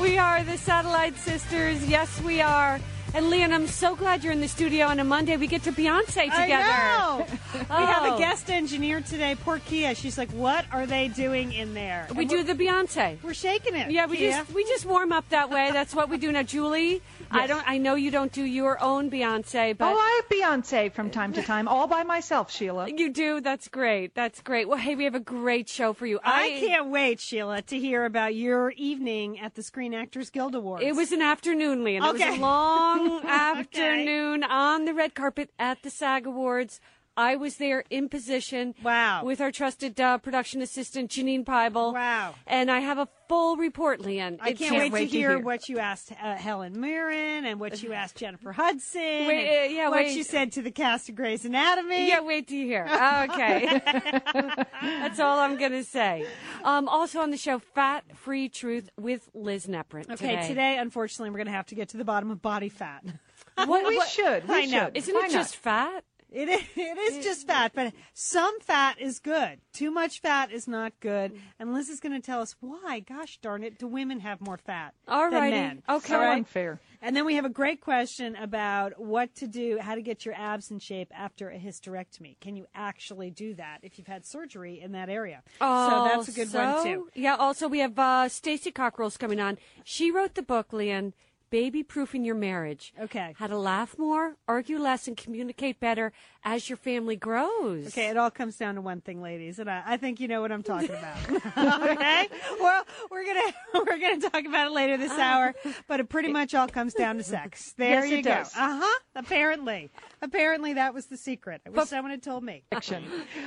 We are the Satellite Sisters. Yes, we are. And Leon, I'm so glad you're in the studio on a Monday. We get to Beyonce together.
I know. We have
Oh.
a guest engineer today, poor Kia. She's like, what are they doing in there?
We
And
do
we're-
the Beyonce.
We're shaking it.
Yeah, we
Kia.
just we just warm up that way. That's what we do now. Julie, I don't. I know you don't do your own Beyonce, but
oh, I have Beyonce from time to time, all by myself, Sheila.
you do. That's great. That's great. Well, hey, we have a great show for you.
I can't wait, Sheila, to hear about your evening at the Screen Actors Guild Awards.
It was an afternoon, Leon. It was
Okay.
a long afternoon on the red carpet at the SAG Awards. I was there in position.
Wow.
With our trusted uh, production assistant, Janine Peibel.
Wow.
And I have a full report, Leon.
I
It's-
can't, wait, to hear, what you asked uh, Helen Mirren and what you asked Jennifer Hudson.
Wait,
and
uh, yeah,
what
wait.
you said to the cast of Grey's Anatomy.
Yeah, wait to hear. Oh, Okay. That's all I'm going to say. Um, also on the show, Fat Free Truth with Liz Neprin.
Okay, today. unfortunately, we're going to have to get to the bottom of body fat.
What,
We
what-
should. We
I know.
should.
Isn't
Why
it
not?
just fat?
It is, it is just fat, but some fat is good. Too much fat is not good. And Liz is going to tell us why, gosh darn it, do women have more fat
All
than
righty.
men?
Okay.
so
All right?
unfair?
And then we have a great question about what to do, how to get your abs in shape after a hysterectomy. Can you actually do that if you've had surgery in that area?
Oh,
so that's a good one
Also-
too.
Oh, Yeah. Also, we have uh, Stacy Cockrell's coming on. She wrote the book, Leon, "Baby Proofing Your Marriage."
Okay.
How to laugh more, argue less, and communicate better as your family grows.
Okay, it all comes down to one thing, ladies, and I, I think you know what I'm talking about. okay, well, we're gonna we're gonna talk about it later this hour, but it pretty much all comes down to sex. There
Yes,
you
it
go.
does.
Uh huh. Apparently, apparently that was the secret. I wish someone had told me.
action.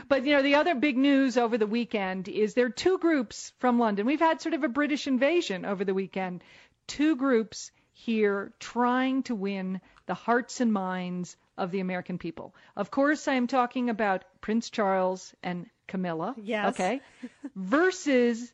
But you know, the other big news over the weekend is there are two groups from London. We've had sort of a British invasion over the weekend. Two groups here trying to win the hearts and minds of the American people. Of course, I am talking about Prince Charles and Camilla.
Yes.
Okay. Versus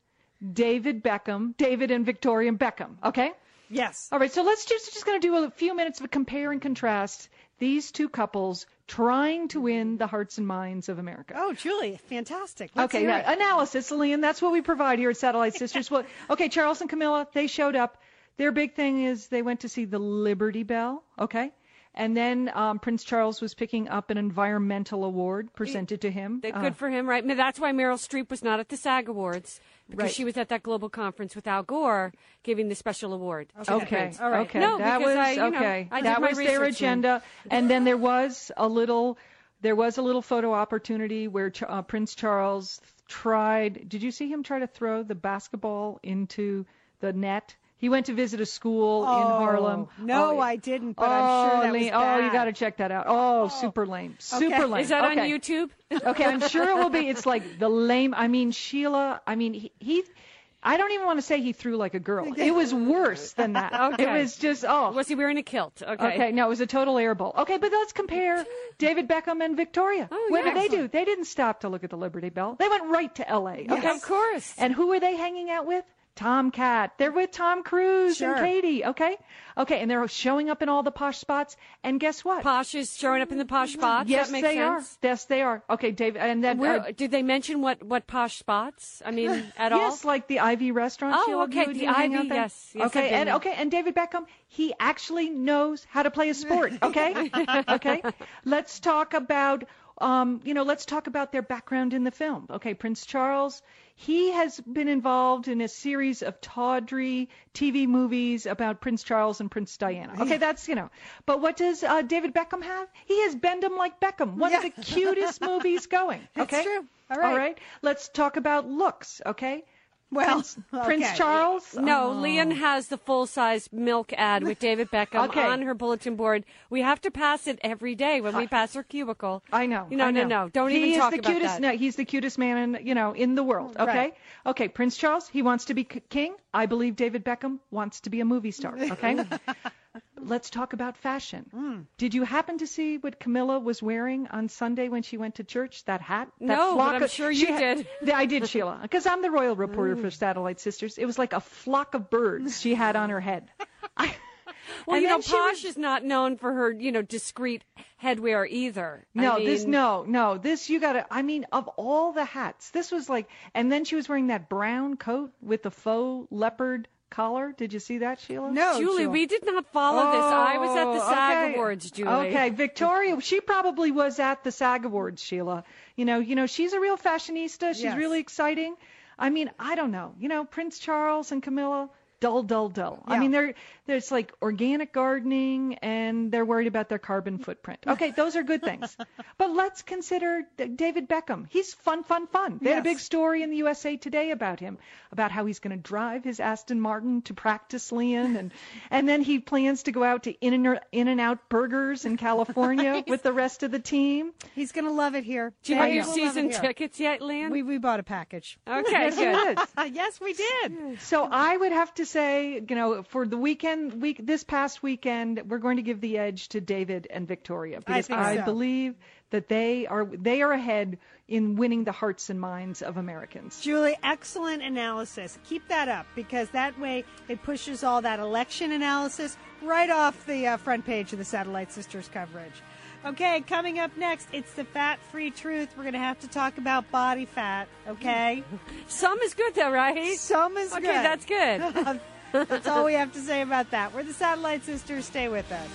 David Beckham, David and Victoria Beckham. Okay.
Yes.
All right, so let's just just going to do a few minutes of compare and contrast these two couples trying to win the hearts and minds of America.
Oh, Julie, fantastic. Let's
okay,
hear
now,
it.
analysis, Leanne. That's what we provide here at Satellite Sisters. Well, okay, Charles and Camilla, they showed up. Their big thing is they went to see the Liberty Bell. Okay, And then um, Prince Charles was picking up an environmental award presented to him.
That,
Uh,
good for him, right? I mean, That's why Meryl Streep was not at the SAG Awards because
Right.
she was at that global conference with Al Gore giving the special award. to the
Okay.
prince.
All right. Okay.
No,
that was
because I, you know,
okay.
I did
that
my
was their
research, man.
agenda, and then there was a little, there was a little photo opportunity where Ch- uh, Prince Charles tried. Did you see him try to throw the basketball into the net? He went to visit a school in Harlem.
no, I didn't, but I'm sure that was
Lane. Oh, you
bad.
got to check that out. Oh, super lame. Super lame.
Is that on
Okay.
YouTube?
Okay, I'm sure it will be. It's like the lame. I mean, Sheila. I mean, he. he I don't even want to say he threw like a girl. It was worse than that. It
Okay.
was just oh.
Was he wearing a kilt? Okay.
okay. no, it was a total airball. Okay, but let's compare David Beckham and Victoria.
Oh,
what
yeah.
did they do? They didn't stop to look at the Liberty Bell. They went right to L.A. Okay,
Of course.
And who were they hanging out with? Tomcat. They're with Tom Cruise and
Sure.
Katie. Okay, okay, and they're showing up in all the posh spots. And guess what?
posh is showing up in the posh spots.
Yes,
that makes
they
sense.
are. Yes, they are. Okay, David, and then
Where
uh,
did they mention what what posh spots? I mean, at
Yes,
all?
like the Ivy restaurant.
Oh,
Sheila, do
okay,
you- do
the
you hang out
Ivy,
there?
yes, yes, I've
okay,
been
and
there.
okay, and David Beckham, he actually knows how to play a sport. Okay, okay. Let's talk about, um, you know, let's talk about their background in the film. Okay, Prince Charles, he has been involved in a series of tawdry TV movies about Prince Charles and Prince Diana. Okay, that's you know. But what does uh, David Beckham have? He has Bend 'em Like Beckham, one of the cutest movies going. Okay,
true. All
All
right.
right. Let's talk about looks. Okay.
Well,
Prince, Prince
okay.
Charles. Oh.
No, Leon has the full size milk ad with David Beckham
Okay.
on her bulletin board. We have to pass it every day when we pass her cubicle.
I know.
No,
I
no,
know.
no. Don't
he
even
is
talk
the
about
cutest,
that.
No, he's the cutest man in you know in the world. Okay.
Right.
Okay. Prince Charles. He wants to be c- king. I believe David Beckham wants to be a movie star. Okay. Let's talk about fashion.
Mm.
Did you happen to see what Camilla was wearing on Sunday when she went to church? That hat? That
No, but
flock
I'm
of-
sure
she
you
had-
did.
I did, Sheila, because I'm the royal reporter for Satellite Sisters. It was like a flock of birds she had on her head. I,
Well,
and
you know,
then she was-
Posh is not known for her, you know, discreet headwear either. I
No, this
mean-
no, no. This you gotta I mean, of all the hats, this was like and then she was wearing that brown coat with the faux leopard collar. Did you see that, Sheila?
No,
Julie, we did not follow this. I was at the
Oh,
SAG
okay.
Awards, Julie.
Okay, Victoria, she probably was at the SAG Awards, Sheila. You know, you know, she's a real fashionista. She's
Yes.
really exciting. I mean, I don't know. You know, Prince Charles and Camilla, dull, dull, dull. I
Yeah.
mean, they're there's like organic gardening, and they're worried about their carbon footprint. Okay, those are good things. but let's consider D- David Beckham. He's fun, fun, fun. They had a
Yes.
big story in the USA Today about him, about how he's going to drive his Aston Martin to practice Leon, and and then he plans to go out to In and In and Out Burgers in California with the rest of the team.
He's gonna love it here.
Do you have
They
your
will love
season
it here.
tickets yet, Lan?
We we bought a package.
okay, good.
Yes.
yes, we did.
So I would have to say, you know, for the weekend, week this past weekend, we're going to give the edge to David and Victoria because
think
I
so.
believe that they are they are ahead in winning the hearts and minds of Americans.
Julie, excellent analysis. Keep that up because that way it pushes all that election analysis right off the uh, front page of the Satellite Sisters coverage. Okay, coming up next, it's the fat free truth. We're going to have to talk about body fat, okay?
Some is good though, right?
Some is
okay,
good.
that's good.
That's all we have to say about that. We're the Satellite Sisters. Stay with us.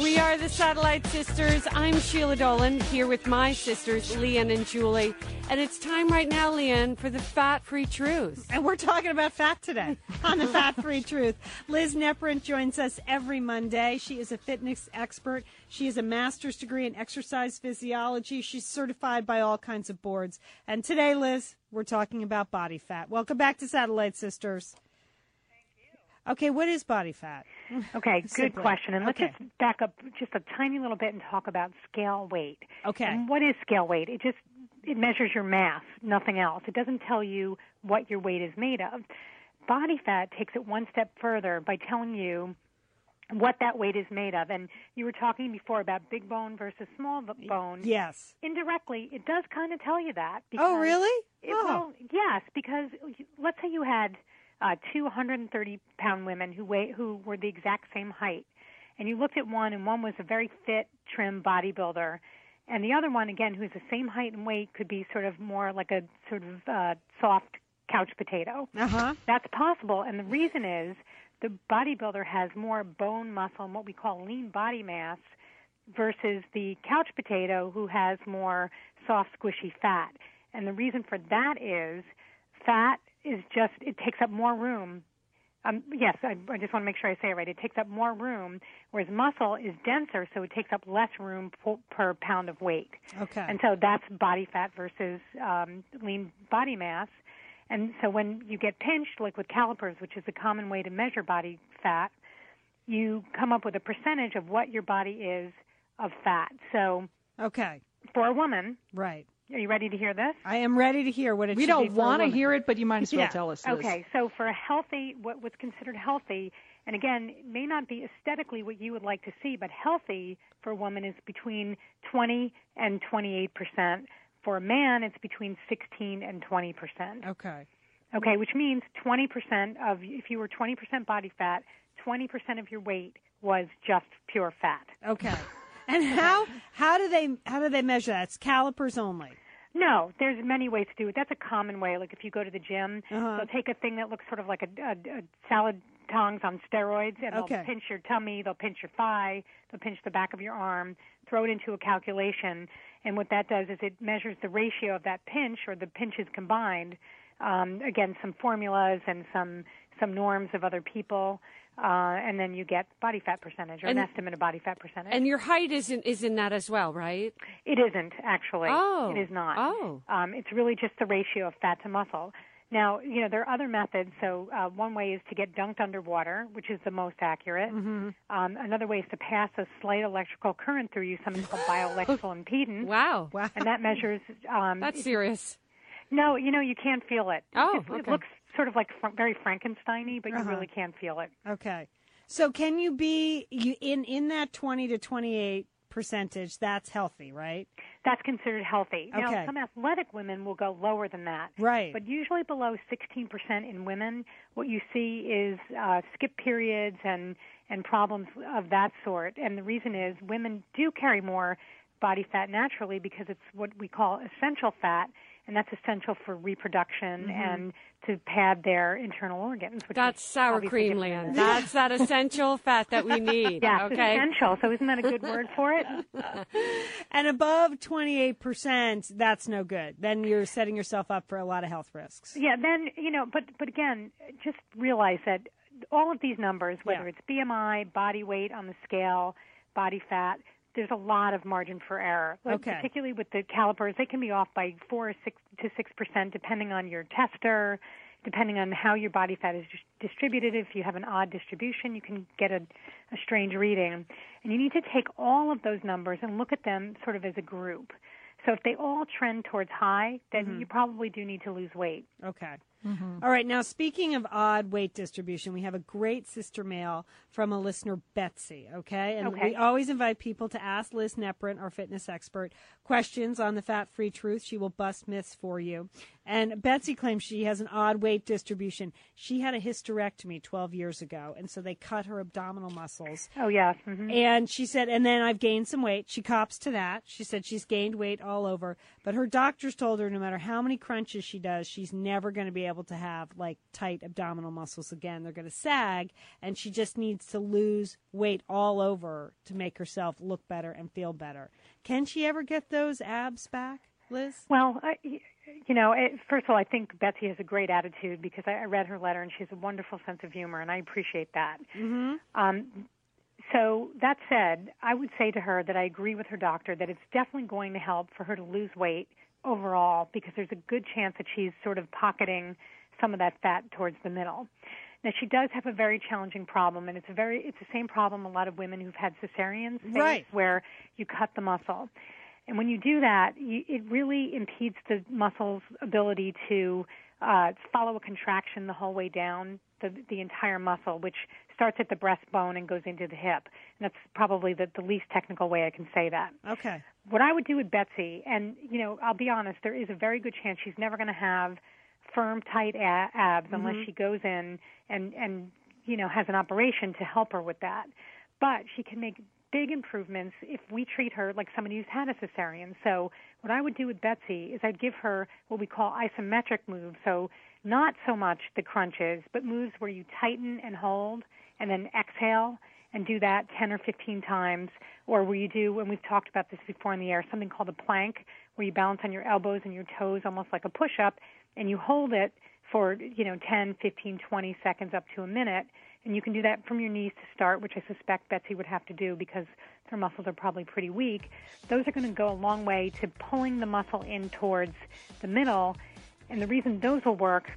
We are the Satellite Sisters. I'm Sheila Dolan here with my sisters, Leon and Julie. And it's time right now, Leon, for the fat free truth.
And we're talking about fat today on the Fat Free Truth. Liz Neprint joins us every Monday. She is a fitness expert. She has a master's degree in exercise physiology. She's certified by all kinds of boards. And today, Liz, we're talking about body fat. Welcome back to Satellite Sisters. Okay, what is body fat?
Okay, good
Simply.
question. And let's
Okay.
just back up just a tiny little bit and talk about scale weight.
Okay.
And what is scale weight? It just it measures your mass, nothing else. It doesn't tell you what your weight is made of. Body fat takes it one step further by telling you what that weight is made of. And you were talking before about big bone versus small b- bone.
Yes.
Indirectly, it does kind of tell you that.
Oh,
because-
really?
it,
oh.
Well, yes, because you- let's say you had uh, 230 pound women who weigh, who were the exact same height. And you looked at one, and one was a very fit, trim bodybuilder, and the other one, again, who's the same height and weight, could be sort of more like a sort of uh, soft couch potato.
Uh huh.
That's possible, and the reason is the bodybuilder has more bone, muscle, and what we call lean body mass versus the couch potato who has more soft, squishy fat. And the reason for that is fat is just, it takes up more room. Um, yes, I, I just want to make sure I say it right. It takes up more room, whereas muscle is denser, so it takes up less room po- per pound of weight.
Okay.
And so that's body fat versus um, lean body mass. And so when you get pinched, like with calipers, which is the common way to measure body fat, you come up with a percentage of what your body is of fat. So
okay.
for a woman,
Right.
are you ready to hear this?
I am ready to hear what it
We
should
don't
be
want
to
to hear it, but you might as well
Yeah.
tell us this.
Okay, so for a healthy, what was considered healthy, and again, it may not be aesthetically what you would like to see, but healthy for a woman is between 20 and 28 percent. For a man, it's between 16 and 20 percent.
Okay.
Okay, which means 20% of, if you were 20% body fat, 20% of your weight was just pure fat.
Okay. And how how do they how do they measure that? It's calipers only.
No, there's many ways to do it. That's a common way. Like if you go to the gym,
Uh-huh.
they'll take a thing that looks sort of like a, a, a salad tongs on steroids, and
Okay.
they'll pinch your tummy, they'll pinch your thigh, they'll pinch the back of your arm, throw it into a calculation, and what that does is it measures the ratio of that pinch or the pinches combined. Um, again, some formulas and some some norms of other people, uh, and then you get body fat percentage or
And-
an estimate of body fat percentage.
And your height isn't is in that as well, right?
It isn't actually.
Oh.
It is not.
Oh.
Um, it's really just the ratio of fat to muscle. Now, you know, there are other methods. So, uh, one way is to get dunked underwater, which is the most accurate.
Mm-hmm.
Mm-hmm.
Um, another way is to pass a slight electrical current through you, something called bioelectrical impedance.
Wow.
Wow.
And that measures. Um,
That's serious.
no, you know, you can't feel it.
Oh,
It's- It
okay.
looks sort of like fr- very Frankenstein y, but you really can't feel it.
Uh-huh. Okay. So can you be you in in that 20 to 28 percentage? That's healthy, right?
That's considered healthy.
Okay.
Now, some athletic women will go lower than that.
Right.
But usually below 16% in women, what you see is uh, skip periods and, and problems of that sort. And the reason is women do carry more body fat naturally because it's what we call essential fat, and that's essential for
Mm-hmm.
reproduction and to pad their internal organs. Which
That's
is
sour
obviously
cream
different than-
land. That's that essential fat that we need.
Yes,
okay.
essential. So isn't that a good word for it?
And above 28%, that's no good. Then you're setting yourself up for a lot of health risks.
Yeah, then you know, but but again, just realize that all of these numbers, whether
Yeah.
it's BMI, body weight on the scale, body fat, there's a lot of margin for error. Like,
Okay.
Particularly with the calipers, they can be off by four or six to six percent, depending on your tester, depending on how your body fat is dis- distributed. If you have an odd distribution, you can get a, a strange reading, and you need to take all of those numbers and look at them sort of as a group. So if they all trend towards high, then you probably do need to lose weight.
Mm-hmm. Okay.
Mm-hmm.
All right. Now, speaking of odd weight distribution, we have a great sister mail from a listener, Betsy. Okay. And
Okay.
we always invite people to ask Liz Neprin, our fitness expert, questions on the fat free truth. She will bust myths for you. And Betsy claims she has an odd weight distribution. She had a hysterectomy 12 years ago, and so they cut her abdominal muscles.
Oh yeah. hmm
And she said, and then I've gained some weight. She cops to that. She said she's gained weight all over, but her doctors told her no matter how many crunches she does, she's never going to be able to have like tight abdominal muscles again. They're going to sag, and she just needs to lose weight all over to make herself look better and feel better. Can she ever get those abs back, Liz?
Well, I, you know, it, first of all, I think Betsy has a great attitude because I, I read her letter and she has a wonderful sense of humor, and I appreciate that. Mm-hmm. Um, so that said, I would say to her that I agree with her doctor that it's definitely going to help for her to lose weight overall because there's a good chance that she's sort of pocketing some of that fat towards the middle. Now she does have a very challenging problem, and it's a very it's the same problem a lot of women who've had cesareans face,
Right.
where you cut the muscle. And when you do that, you, it really impedes the muscle's ability to uh, follow a contraction the whole way down the, the entire muscle, which starts at the breastbone and goes into the hip. And that's probably the, the least technical way I can say that.
Okay.
What I would do with Betsy, and you know, I'll be honest, there is a very good chance she's never going to have firm, tight a- abs unless she goes in and and you know has an operation to help her with that. But she can make big improvements if we treat her like somebody who's had a cesarean. So what I would do with Betsy is I'd give her what we call isometric moves. So not so much the crunches, but moves where you tighten and hold and then exhale and do that 10 or 15 times, or where you do, and we've talked about this before in the air, something called a plank, where you balance on your elbows and your toes almost like a push up, and you hold it for, you know, 10, 15, 20 seconds up to a minute. And you can do that from your knees to start, which I suspect Betsy would have to do because her muscles are probably pretty weak. Those are going to go a long way to pulling the muscle in towards the middle. And the reason those will work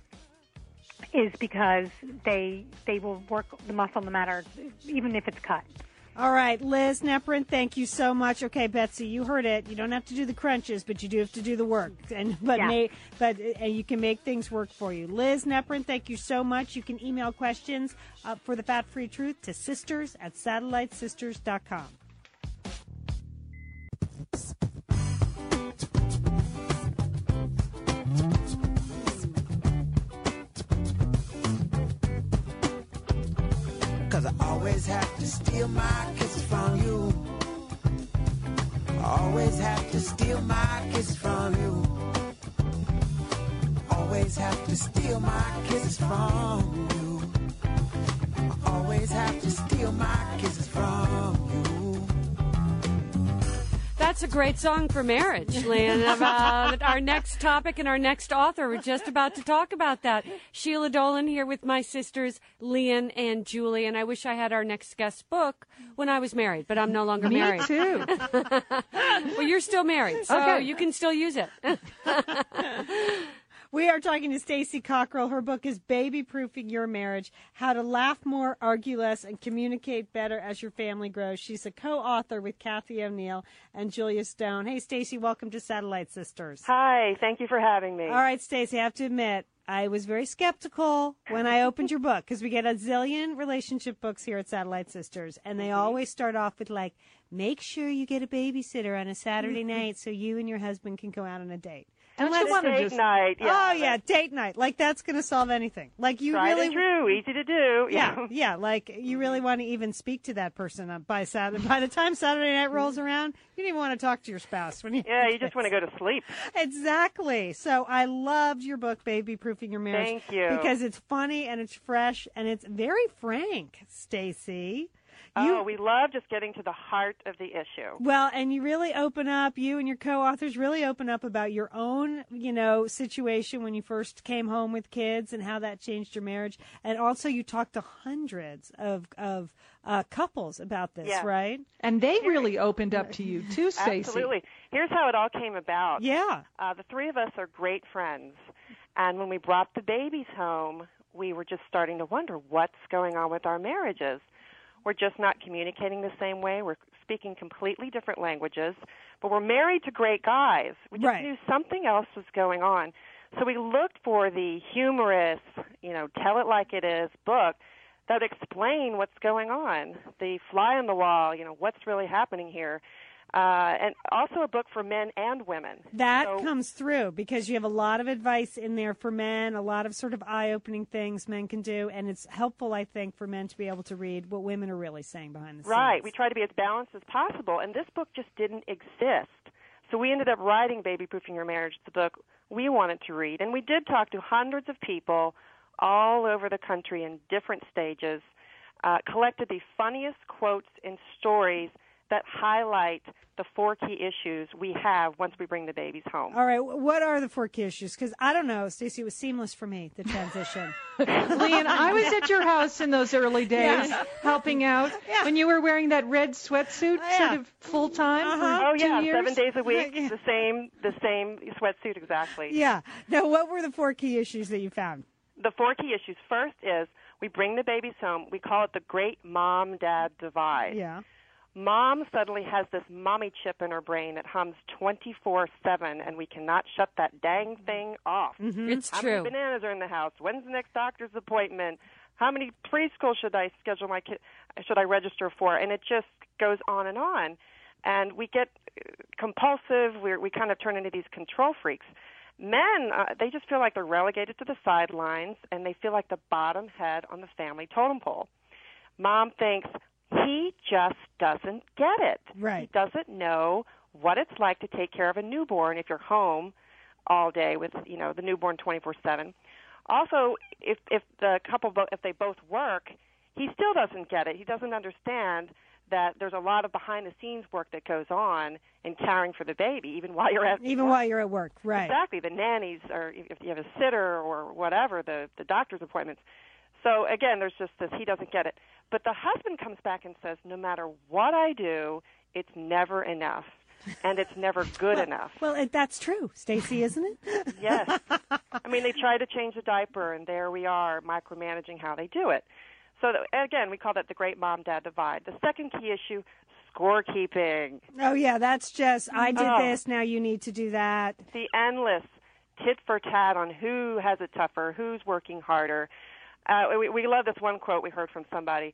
is because they they will work the muscle no matter even if it's cut.
All right, Liz Neprin, thank you so much. Okay, Betsy, you heard it. You don't have to do the crunches, but you do have to do the work. And but
Yeah.
may, but and you can make things work for you. Liz Neprin, thank you so much. You can email questions uh, for the Fat Free Truth to sisters at satellitesisters.com.
Cause I always have to steal my kiss from you. Always have to steal my kiss from you. Always have to steal my kisses from you. I always have to steal my kisses from you.
That's a great song for marriage, Lynn. About our next topic and our next author. We're just about to talk about that. Sheila Dolan here with my sisters, Leon and Julie. And I wish I had our next guest book when I was married, but I'm no longer married.
Me too.
Well, you're still married, so
Okay.
you can still use it.
We are talking to Stacey Cockrell. Her book is Baby Proofing Your Marriage How to Laugh More, Argue Less, and Communicate Better as Your Family Grows. She's a co author with Kathy O'Neill and Julia Stone. Hey, Stacey, welcome to Satellite Sisters.
Hi, thank you for having me.
All right, Stacey, I have to admit, I was very skeptical when I opened your book because we get a zillion relationship books here at Satellite Sisters, and
Mm-hmm.
they always start off with, like, make sure you get a babysitter on a Saturday
Mm-hmm.
night so you and your husband can go out on a date.
Don't
Unless-
you want to
Date
just
night. Yeah,
oh yeah, date night. Like that's going to solve anything. Like you
tried
really
and true, easy to do.
Yeah, yeah, like you really want to even speak to that person on- by Saturday. By the time Saturday night rolls around, you don't even want to talk to your spouse when you
Yeah, you just want to go to sleep.
Exactly. So I loved your book, Baby Proofing Your Marriage.
Thank you.
Because it's funny and it's fresh and it's very frank, Stacy.
oh, we love just getting to the heart of the issue.
Well, and you really open up, you and your co authors really open up about your own, you know, situation when you first came home with kids and how that changed your marriage. And also, you talked to hundreds of, of uh, couples about this,
Yeah.
right?
and they really opened up to you too, Stacey.
Absolutely. Here's how it all came about.
Yeah.
Uh, the three of us are great friends, and when we brought the babies home, we were just starting to wonder what's going on with our marriages. We're just not communicating the same way. We're speaking completely different languages, but we're married to great guys. We just
Right.
knew something else was going on. So we looked for the humorous, you know, tell it like it is book that would explain what's going on, the fly on the wall, you know, what's really happening here. Uh, and also a book for men and women.
That
So-
comes through because you have a lot of advice in there for men, a lot of sort of eye opening things men can do. And it's helpful, I think, for men to be able to read what women are really saying behind the scenes.
Right. We try to be as balanced as possible, and this book just didn't exist. So we ended up writing Baby Proofing Your Marriage, the book we wanted to read, and we did talk to hundreds of people all over the country in different stages, uh, collected the funniest quotes and stories that highlight the four key issues we have once we bring the babies home.
All right. wh- What are the four key issues? Because I don't know, Stacey, it was seamless for me, the transition.
Leon, I was at your house in those early days helping out when you were wearing that red sweatsuit
Yeah.
sort of full time
Uh-huh.
Oh
for two
yeah,
years.
seven days a week,
Yeah.
the same, the same sweatsuit exactly.
yeah. Now, what were the four key issues that you found?
the four key issues. First is we bring the babies home. We call it the great mom dad divide.
Yeah.
Mom suddenly has this mommy chip in her brain that hums 24 7, and we cannot shut that dang thing off.
It's
How
true.
many bananas are in the house? When's the next doctor's appointment? How many preschool should I schedule my kid? Should I register for? And it just goes on and on, and we get uh, compulsive. We we kind of turn into these control freaks, Men, uh, they just feel like they're relegated to the sidelines and they feel like the bottom head on the family totem pole. Mom thinks he just doesn't get it.
Right.
He doesn't know what it's like to take care of a newborn if you're home all day with, you know, the newborn 24/7. Also, if if the couple bo- if they both work, he still doesn't get it. He doesn't understand that there's a lot of behind the scenes work that goes on in caring for the baby even while you're at
Even while you're at work, right?
Exactly. The nannies, or if you have a sitter or whatever, the the doctor's appointments. So again, there's just this. He doesn't get it. But the husband comes back and says, "No matter what I do, it's never enough, and it's never good enough."
Well, it, that's true, Stacy, isn't it?
Yes. I mean, they try to change the diaper, and there we are micromanaging how they do it. So that, again, we call that the great mom-dad divide. The second key issue: scorekeeping.
oh yeah, that's just I did
Oh.
this, now you need to do that.
the endless tit for tat on who has it tougher, who's working harder. Uh, we, we love this one quote we heard from somebody.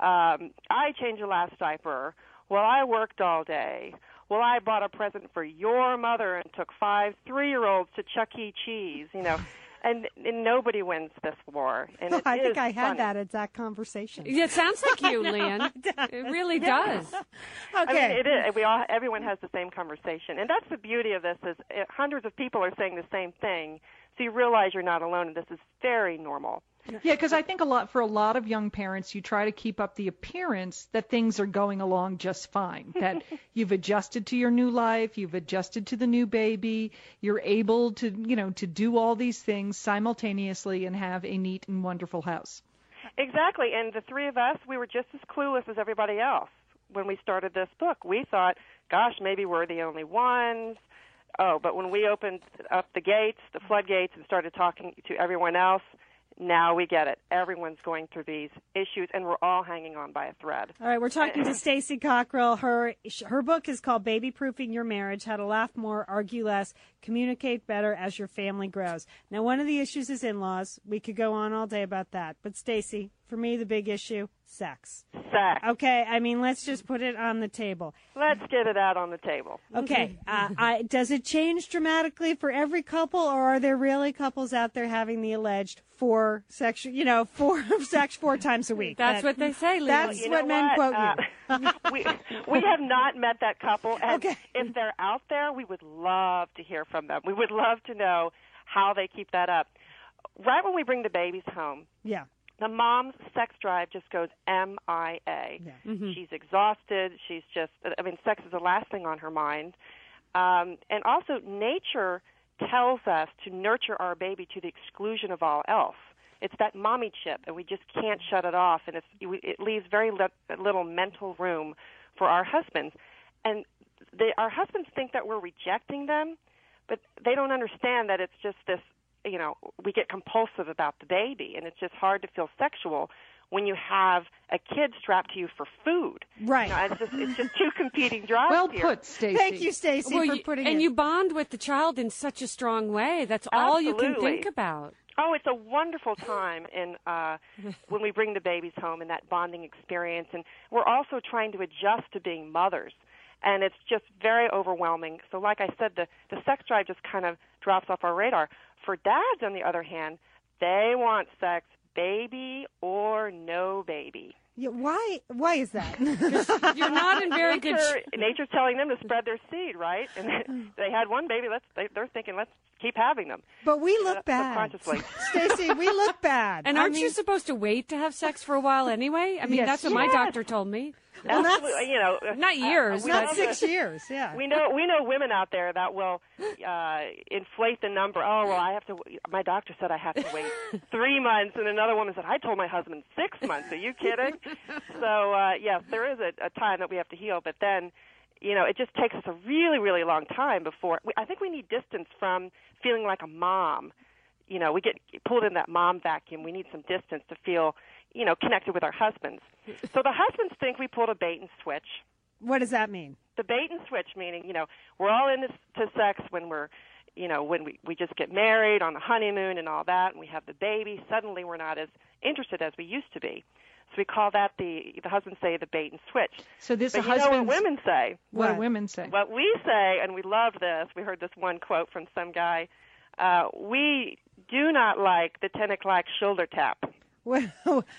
Um, I changed the last diaper. Well, I worked all day. Well, I bought a present for your mother and took five three-year-olds to Chuck E. Cheese. You know, and, and nobody wins this war. And it
I
is
think I had
funny.
that exact conversation.
Yeah, it sounds like you, Lynn. It really does.
I
Okay.
mean, it is. We all, everyone has the same conversation, and that's the beauty of this is uh, hundreds of people are saying the same thing. So you realize you're not alone, and this is very normal.
Yeah, because I think a lot for a lot of young parents, you try to keep up the appearance that things are going along just fine. That you've adjusted to your new life, you've adjusted to the new baby, you're able to, you know, to do all these things simultaneously and have a neat and wonderful house.
Exactly, and the three of us, we were just as clueless as everybody else when we started this book. We thought, gosh, maybe we're the only ones. Oh, but when we opened up the gates, the floodgates, and started talking to everyone else, now we get it. Everyone's going through these issues, and we're all hanging on by a thread.
All right, we're talking to Stacy Cockrell. Her her book is called Baby Proofing Your Marriage: How to Laugh More, Argue Less, Communicate Better as Your Family Grows. Now, one of the issues is in-laws. We could go on all day about that, but Stacy, for me the big issue, sex.
Sex.
Okay, I mean, let's just put it on the table.
Let's get it out on the table.
Okay, uh, I, does it change dramatically for every couple, or are there really couples out there having the alleged four sexual, you know, four sex four times a week?
That's
That-
what they say, Lynn.
That's
You
what
know
men quote you.
Uh, we, we have not met that couple. And
Okay.
if they're out there, we would love to hear from them. We would love to know how they keep that up. Right when we bring the babies home,
yeah.
the mom's sex drive just goes MIA.
Mm-hmm.
She's exhausted. She's just, I mean, sex is the last thing on her mind. Um, and also, nature tells us to nurture our baby to the exclusion of all else. It's that mommy chip, and we just can't shut it off, and it's, it leaves very li- little mental room for our husbands. And they, our husbands think that we're rejecting them, but they don't understand that it's just this you know we get compulsive about the baby and it's just hard to feel sexual when you have a kid strapped to you for food
Right.
you know, it's just it's just two competing drives
Well
here.
put, Stacy.
Thank you, Stacy,
Well,
for
you-
putting
and
it.
you bond with the child in such a strong way. That's all you can
Absolutely.
think about.
oh it's a wonderful time in uh when we bring the babies home and that bonding experience and we're also trying to adjust to being mothers and it's just very overwhelming so like i said the the sex drive just kind of drops off our radar for dads on the other hand they want sex baby or no baby
Yeah, why? Why is that?
You're not in very good
nature,
shape.
nature's telling them to spread their seed, right? And they had one baby. Let's they, they're thinking, let's keep having them.
but we look
Uh,
bad.
subconsciously.
Stacy, we look bad.
And
I
aren't you
mean,
supposed to wait to have sex for a while anyway? I mean,
Yes.
that's what my doctor told me.
Well, that's-
Absolutely, you know, uh,
Not
uh,
years,
we
but-
know
not six
the-
years? Yeah.
We know we know women out there that will uh, inflate the number. Oh well, I have to. My doctor said I have to wait three months, and another woman said I told my husband six months. Are you kidding? so uh, yes, there is a, a time that we have to heal, but then you know it just takes us a really really long time before. We, I think we need distance from feeling like a mom. You know, we get pulled in that mom vacuum. We need some distance to feel you know connected with our husbands. So the husbands think we pulled a bait and switch
what does that mean?
the bait and switch meaning you know we're all into to sex when we're you know when we we just get married on the honeymoon and all that and we have the baby suddenly we're not as interested as we used to be so we call that the the husbands say the bait and switch
So this
but you know what
husband.
women say
What do
What?
women say?
what we say, and we love this. We heard this one quote from some guy uh, we do not like the 10 o'clock shoulder tap.
Well,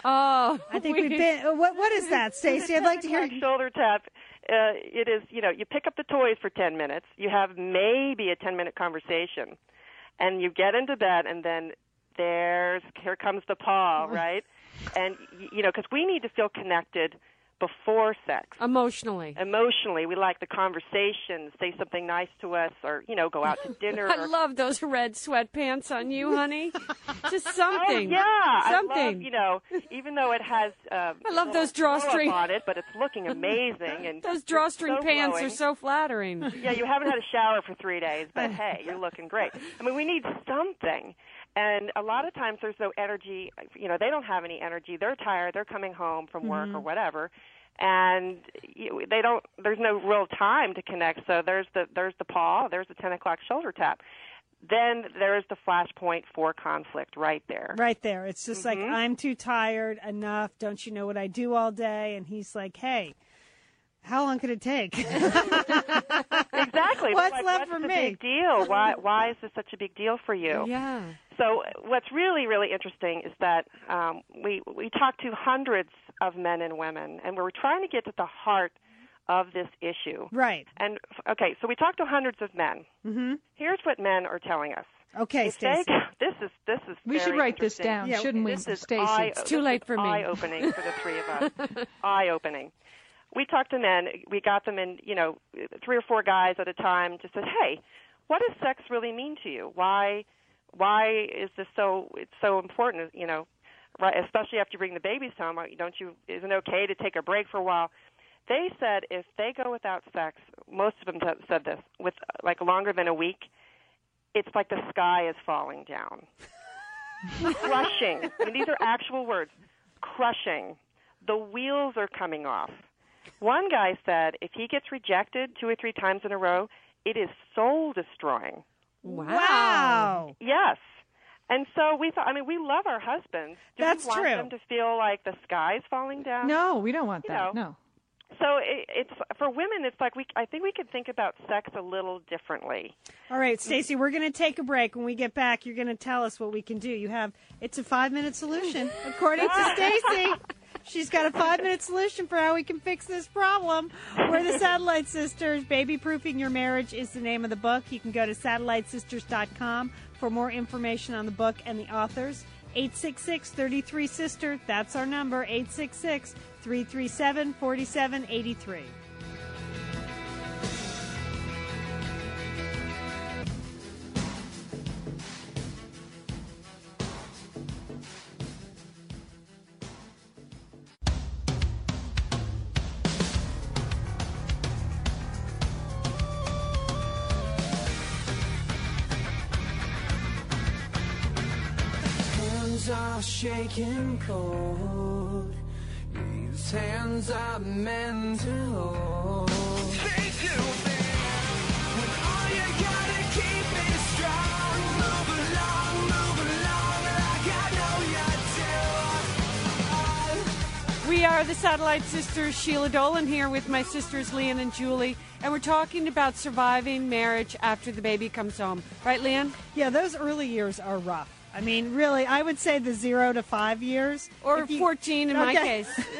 Oh,
I think we've been. uh, What what is that, Stacey? I'd like to hear.
Like shoulder tap. Uh, it is, you know, you pick up the toys for 10 minutes, you have maybe a 10 minute conversation, and you get into bed, and then there's, here comes the paw,
Oh.
right? And, y- you know, because we need to feel connected before sex.
emotionally.
Emotionally, we like the conversation, say something nice to us, or, you know, go out to dinner.
I
or,
love those red sweatpants on you, honey. Just something.
Oh, yeah, I love,
something.
you know, even though it has um,
I love
a little
those
blow up
drawstring-
on it, but it's looking amazing. And
those
it's
drawstring
so
pants
glowing.
are so flattering.
Yeah, you haven't had a shower for three days, but hey, you're looking great. I mean, we need something. And a lot of times there's no energy. You know, they don't have any energy. They're tired. They're coming home from work
Mm-hmm.
or whatever, and you- they don't. There's no real time to connect. So there's the there's the paw. There's the ten o'clock shoulder tap. Then there's the flashpoint for conflict right there.
Right there. It's just like
Mm-hmm.
I'm too tired. Enough. Don't you know what I do all day? And he's like, Hey, how long could it take?
Exactly. It's
What's
like,
left
what's
for
the
me?
Big deal. Why why is this such a big deal for you?
yeah.
So what's really really interesting is that um, we we talk to hundreds of men and women, and we're trying to get to the heart of this issue.
right.
And okay, so we talked to hundreds of men.
Mm-hmm.
Here's what men are telling us.
Okay,
If they-
Stacey.
this is this is.
We should
very
write this
interesting.
down,
Yeah,
shouldn't we,
This is
Stacey?
eye,
It's too
this
late
is
for me.
Eye opening for the three of us. eye opening. We talked to men. We got them in, you know, three or four guys at a time. Just said, "Hey, what does sex really mean to you? Why, why is this so? It's so important, you know, right? Especially after you bring the babies home. uh, Don't you? Isn't it okay to take a break for a while?" They said if they go without sex, most of them t- said this with like longer than a week, it's like the sky is falling down. crushing. I mean, these are actual words. Crushing. The wheels are coming off. One guy said if he gets rejected two or three times in a row, it is soul destroying.
Wow.
Wow.
Yes. And so we thought, I mean, we love our husbands. Do
That's
we want
true.
them to feel like the sky's falling down?
No, we don't want
You
that.
know.
No.
So it, it's for women. It's like we. I think we could think about sex a little differently.
All right, Stacey, we're going to take a break. When we get back, you're going to tell us what we can do. You have it's a five minute solution, according to Stacey. She's got a five minute solution for how we can fix this problem. We're the Satellite Sisters. Baby Proofing Your Marriage is the name of the book. You can go to satellitesisters.com for more information on the book and the authors. 866 33 Sister, that's our number, 866 337 4783.
Hands are shaking cold. These hands are meant to hold. They do things when all you gotta keep is strong. Move along, move along like I know you do.
We are the Satellite Sisters, Sheila Dolan here with my sisters Leanne and Julie, and we're talking about surviving marriage after the baby comes home. Right, Leanne?
Yeah, those early years are rough. I mean, really, I would say the zero to five years.
Or
If you-
14 in my
Okay.
case.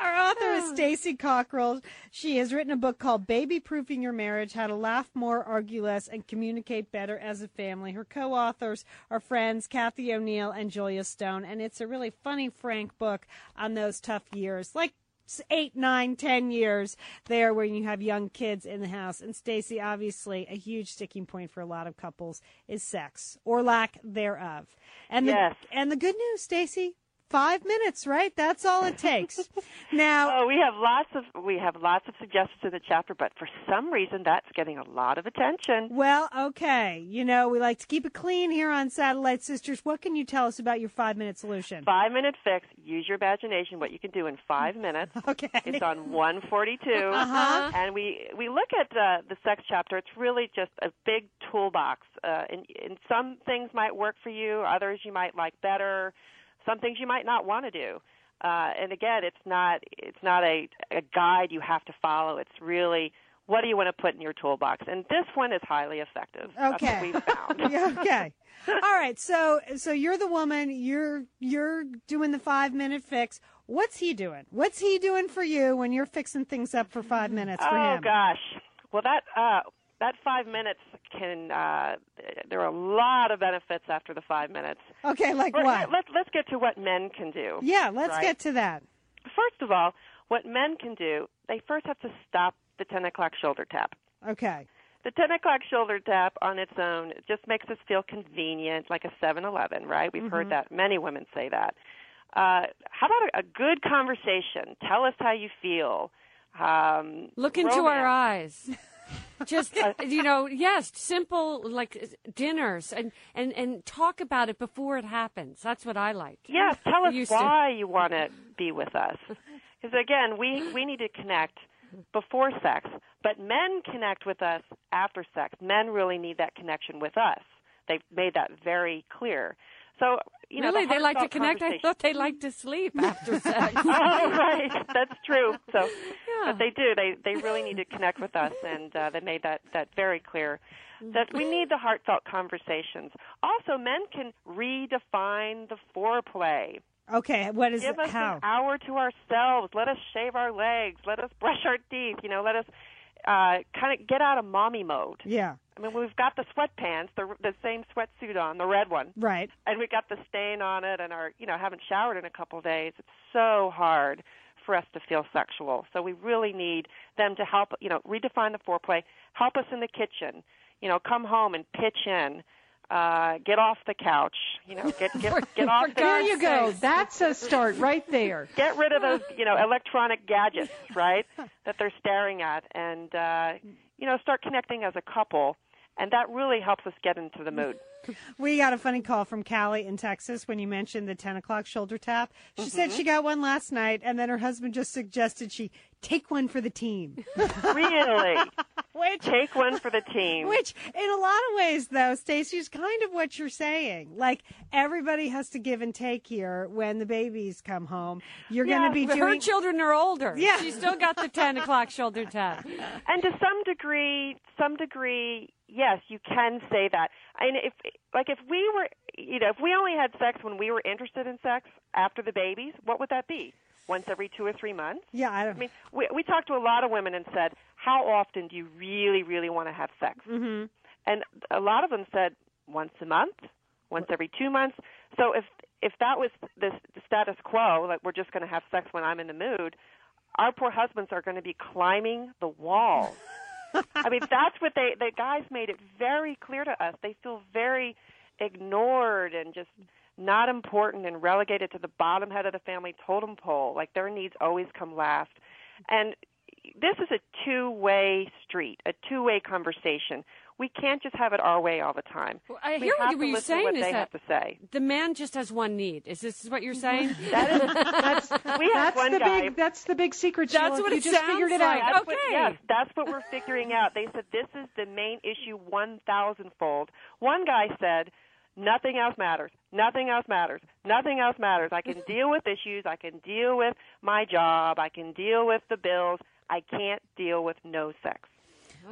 Our author is Stacy Cockrell. She has written a book called Baby Proofing Your Marriage How to Laugh More, Argue Less, and Communicate Better as a Family. Her co authors are friends Kathy O'Neill and Julia Stone, and it's a really funny, frank book on those tough years. Like, s- eight, nine, ten years there where you have young kids in the house. And Stacy, obviously, a huge sticking point for a lot of couples is sex or lack thereof. And
Yes.
the and the good news, Stacy, five minutes, right? That's all it takes. now
Oh, we have lots of we have lots of suggestions in the chapter, but for some reason that's getting a lot of attention.
well, okay. You know, we like to keep it clean here on Satellite Sisters. What can you tell us about your five minute solution?
Five minute fix. Use your imagination. What you can do in five minutes.
Okay.
It's on 142, uh-huh. and we we look at uh, the sex chapter. It's really just a big toolbox, uh, and, and some things might work for you, others you might like better, some things you might not want to do. Uh, and again, it's not it's not a, a guide you have to follow. It's really What do you want to put in your toolbox? And this one is highly effective. That's what we
Okay.
found.
Yeah, okay. All right. So so you're the woman. You're you're doing the five minute fix. What's he doing? What's he doing for you when you're fixing things up for five minutes for
oh
him?
gosh. Well, that uh, that five minutes can. Uh, there are a lot of benefits after the five minutes.
Okay, like
Well,
what?
Let's let's get to what men can do.
Yeah, let's
Right.
get to that.
First of all, what men can do, they first have to stop the ten o'clock shoulder tap.
Okay.
The 10 o'clock shoulder tap on its own just makes us feel convenient, like a 7 Eleven, right? We've heard
Mm-hmm.
that. Many women say that. Uh, how about a, a good conversation? Tell us how you feel. Um,
Look into our
romance.
eyes. Just uh, you know, yes, simple like dinners and and and talk about it before it happens. That's what I like.
Yeah, tell us
Used to.
why you want to be with us. Because again, we we need to connect before sex, but men connect with us after sex. Men really need that connection with us. They've made that very clear. So you know,
really,
the
they like to
heartfelt
connect. I
conversation-
thought they like to sleep after sex.
oh, right. That's true. So,
Yeah.
but they do. They they really need to connect with us, and uh, they made that that very clear. That we need the heartfelt conversations. Also, men can redefine the foreplay.
Okay. What is
Give us
how?
an hour to ourselves. Let us shave our legs. Let us brush our teeth. You know, let us uh, kind of get out of mommy mode.
Yeah.
I mean, we've got the sweatpants, the the same sweatsuit on, the red one
Right.
and we got the stain on it and our you know haven't showered in a couple of days it's so hard for us to feel sexual so we really need them to help you know redefine the foreplay help us in the kitchen you know come home and pitch in uh get off the couch you know get get get off the
There you go.
sakes.
That's a start right there.
get rid of those you know electronic gadgets right that they're staring at and uh you know start connecting as a couple and that really helps us get into the mood
We got a funny call from Callie in Texas when you mentioned the 10 o'clock shoulder tap. She
Mm-hmm.
said she got one last night, and then her husband just suggested she take one for the team.
really
Which,
take one for the team
which, in a lot of ways, though, Stacey, is kind of what you're saying. Like, everybody has to give and take here when the babies come home. You're going to be
But her
doing.
children are older.
Yeah.
She's still got the 10 o'clock shoulder tap.
and to some degree, some degree, yes, you can say that. And if, like, if we were, you know, if we only had sex when we were interested in sex after the babies, what would that be? Once every two or three months?
yeah, I
I
don't.
mean, we, we talked to a lot of women and said, how often do you really, really want to have sex?
hmm
And a lot of them said once a month, once every two months. So if if that was this the status quo, like we're just going to have sex when I'm in the mood, our poor husbands are going to be climbing the wall. I mean, that's what they the guys made it very clear to us. They feel very ignored and just not important and relegated to the bottom head of the family totem pole. Like their needs always come last. And this is a two-way street, a two-way conversation. We can't just have it our way all the time.
Well, I
we
hear
have
what
to
you're
listen to
saying
what
is
they
that
have to say.
the man just has one need. Is this what you're saying?
That is, that's, we have
That's
one
the
guy.
big. That's the big secret.
That's
Sheila.
what
you
it
just
sounds
figured it
like.
out.
that's
Okay.
What, yes, that's what we're figuring out. They said this is the main issue one thousandfold. One guy said, "Nothing else matters. Nothing else matters. Nothing else matters. I can deal with issues. I can deal with my job. I can deal with the bills. I can't deal with no sex."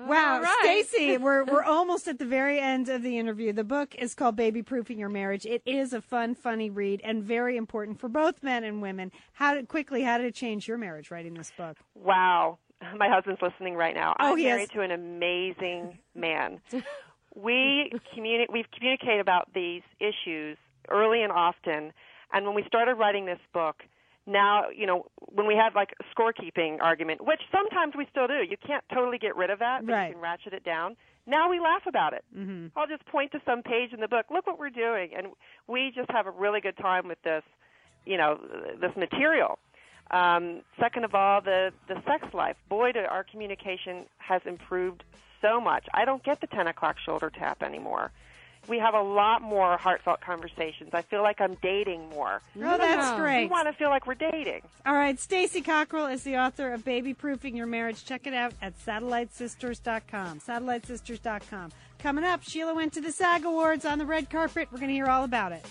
Wow,
All right.
Stacy, we're we're almost at the very end of the interview. The book is called Baby Proofing Your Marriage. It is a fun, funny read and very important for both men and women. How did quickly how did it change your marriage writing this book?
Wow. My husband's listening right now.
Oh,
I'm
he
married
is.
to an amazing man. we communi- we've communicated about these issues early and often, and when we started writing this book, now, you know, when we have like a scorekeeping argument, which sometimes we still do. You can't totally get rid of that, but
Right.
you can ratchet it down. Now we laugh about it. Mm-hmm. I'll just point to some page in the book. Look what we're doing, and we just have a really good time with this, you know, this material. Um, second of all, the, the sex life. Boy, do our communication has improved so much. I don't get the 10 o'clock shoulder tap anymore. We have a lot more heartfelt conversations. I feel like I'm dating more.
Oh, that's
Wow.
We
great.
want to feel like we're dating.
All right, Stacy Cockrell is the author of Baby Proofing Your Marriage. Check it out at satellitesisters.com. Satellitesisters.com. Coming up, Sheila went to the SAG Awards on the red carpet. We're going to hear all about it.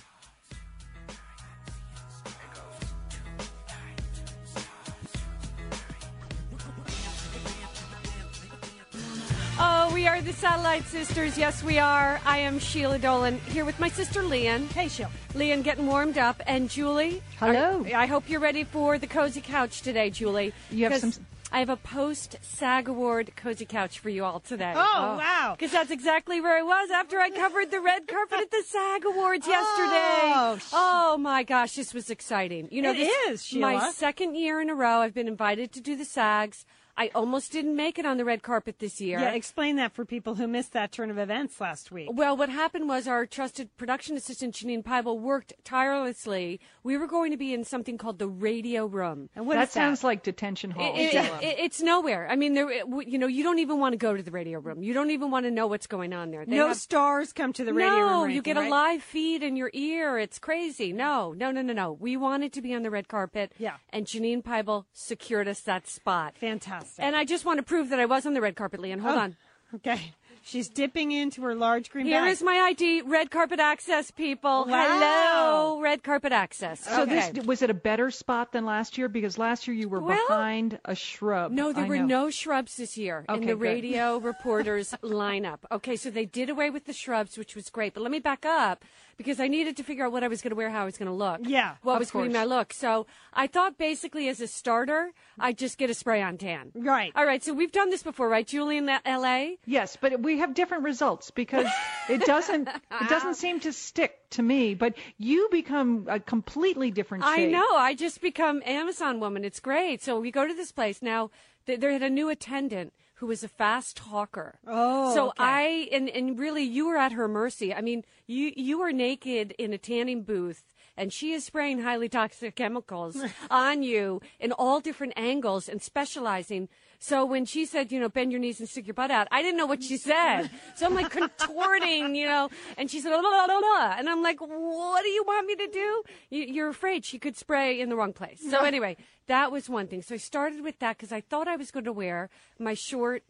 Oh, We are the Satellite Sisters. Yes, we are. I am Sheila Dolan here with my sister Leanne.
Hey, Sheila.
Leanne getting warmed up, and Julie.
Hello.
I, I hope you're ready for the cozy couch today, Julie.
You have
'Cause
some-
I have a post SAG Award cozy couch for you all today.
Oh, wow.
Because that's exactly where I was after I covered the red carpet at the SAG Awards yesterday.
Oh, sh-
Oh, my gosh, this was exciting. You know,
It
this
is, Sheila.
my second year in a row. I've been invited to do the SAGs. I almost didn't make it on the red carpet this year.
Yeah, explain that for people who missed that turn of events last week.
Well, what happened was our trusted production assistant Janine Pybel worked tirelessly. We were going to be in something called the radio room.
And what
that
is
sounds like detention
Oh,
hall.
It-
Sheila.
it- it- it's nowhere. I mean, there, it- w- you know, you don't even want to go to the radio room. You don't even want to know what's going on there. They
no
have-
stars come to the radio
no,
room. or
you
anything,
get a
right?
live feed in your ear. It's crazy. No, no, no, no, no. We wanted to be on the red carpet.
Yeah.
And Janine Pybel secured us that spot.
Fantastic.
And I just want to prove that I was on the red carpet, Leon. Hold
Oh,
on.
Okay. She's dipping into her large green
Here
bag.
is my ID. Red carpet access, people.
Wow.
Hello, red carpet access.
So this was it a better spot than last year because last year you were
Well-
behind a shrub.
No, there
I
were
know.
no shrubs this year in
Okay,
the
good.
radio reporters lineup. Okay, so they did away with the shrubs, which was great. But let me back up because I needed to figure out what I was going to wear, how I was going to look.
Yeah,
What
of
was going to be my
course.
look. So I thought basically as a starter, I'd just get a spray on tan.
Right.
All right, so we've done this before, right, Julie, in L.A.?
Yes, but we have different results because it doesn't it doesn't seem to stick to me. But you become a completely different
I
shade.
know. I just become Amazon woman. It's great. So we go to this place now. Th- they had a new attendant who was a fast talker.
Oh,
so
okay.
I and and really, you were at her mercy. I mean, you you are naked in a tanning booth. And she is spraying highly toxic chemicals on you in all different angles and specializing. So when she said, you know, bend your knees and stick your butt out, I didn't know what she said. So I'm like contorting, you know, and she said, "La, la, la, la," and I'm like, what do you want me to do? You, you're afraid she could spray in the wrong place. So anyway, that was one thing. So I started with that because I thought I was going to wear my short,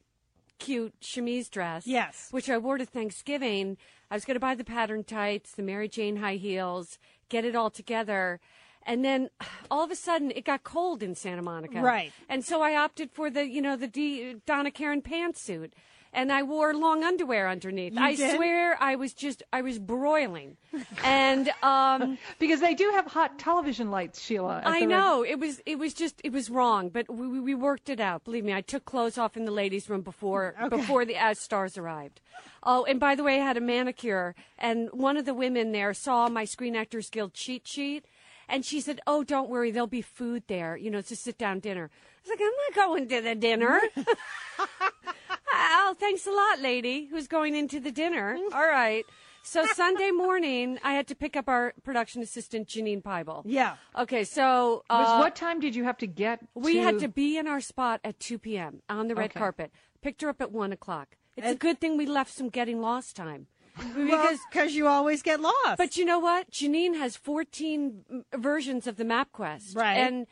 cute chemise dress.
Yes.
Which I wore to Thanksgiving. I was going to buy the pattern tights, the Mary Jane high heels, get it all together. And then all of a sudden it got cold in Santa Monica.
Right.
And so I opted for the, you know, the D- Donna Karen pantsuit. And I wore long underwear underneath. I
did?
swear I was just, I was broiling. and, um,
because they do have hot television lights, Sheila. at
I
the red-
know it was it was just it was wrong, but we, we- we worked it out. Believe me, I took clothes off in the ladies' room before before the uh, stars arrived. Oh, and by the way, I had a manicure, and one of the women there saw my Screen Actors Guild cheat sheet. And she said, "Oh, don't worry, there'll be food there. You know, it's a sit-down dinner." I was like, "I'm not going to the dinner." Oh, thanks a lot, lady, who's going into the dinner. All right. So Sunday morning, I had to pick up our production assistant, Janine Pybel.
Yeah.
Okay, so uh,
Was- what time did you have to get?
we had to be in our spot at 2 p.m. on the red
Okay.
carpet. Picked her up at 1 o'clock. It's a good thing we left some getting lost time. Because,
because you always get lost.
but you know what? Janine has 14 m- versions of the map quest.
Right.
And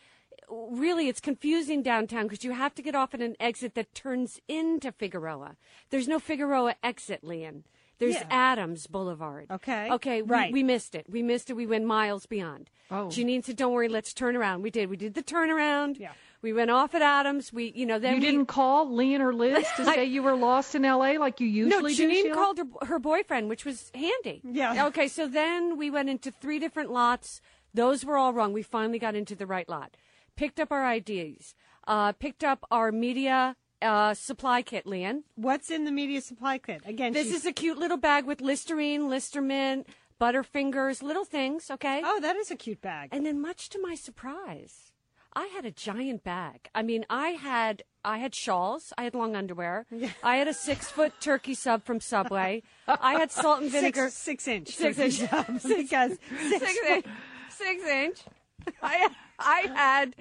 uh, really, it's confusing downtown because you have to get off at an exit that turns into Figueroa. There's no Figueroa exit, Leon. There's
Yeah.
Adams Boulevard.
Okay.
Okay. We,
Right.
We missed it. We missed it. We went miles beyond.
Oh.
Janine said, "Don't worry, let's turn around." We did. We did the turnaround.
Yeah.
We went off at Adams. We, you know, then
You
we,
didn't call Leon or Liz to say you were lost in L.A. like you
No,
usually do.
Janine
Sheila?
called her, her boyfriend, which was handy.
Yeah.
Okay, so then we went into three different lots. Those were all wrong. We finally got into the right lot. Picked up our IDs. Uh, picked up our media uh, supply kit, Leon.
What's in the media supply kit? Again,
This
she's-
is a cute little bag with Listerine, Listermint, Butterfingers, little things. Okay.
Oh, that is a cute bag.
And then, much to my surprise, I had a giant bag. I mean, I had I had shawls, I had long underwear, I had a six foot turkey sub from Subway, I had salt and vinegar,
Six, six inch.
Six
turkey
inch.
job, because six,
six inch, six inch. I I had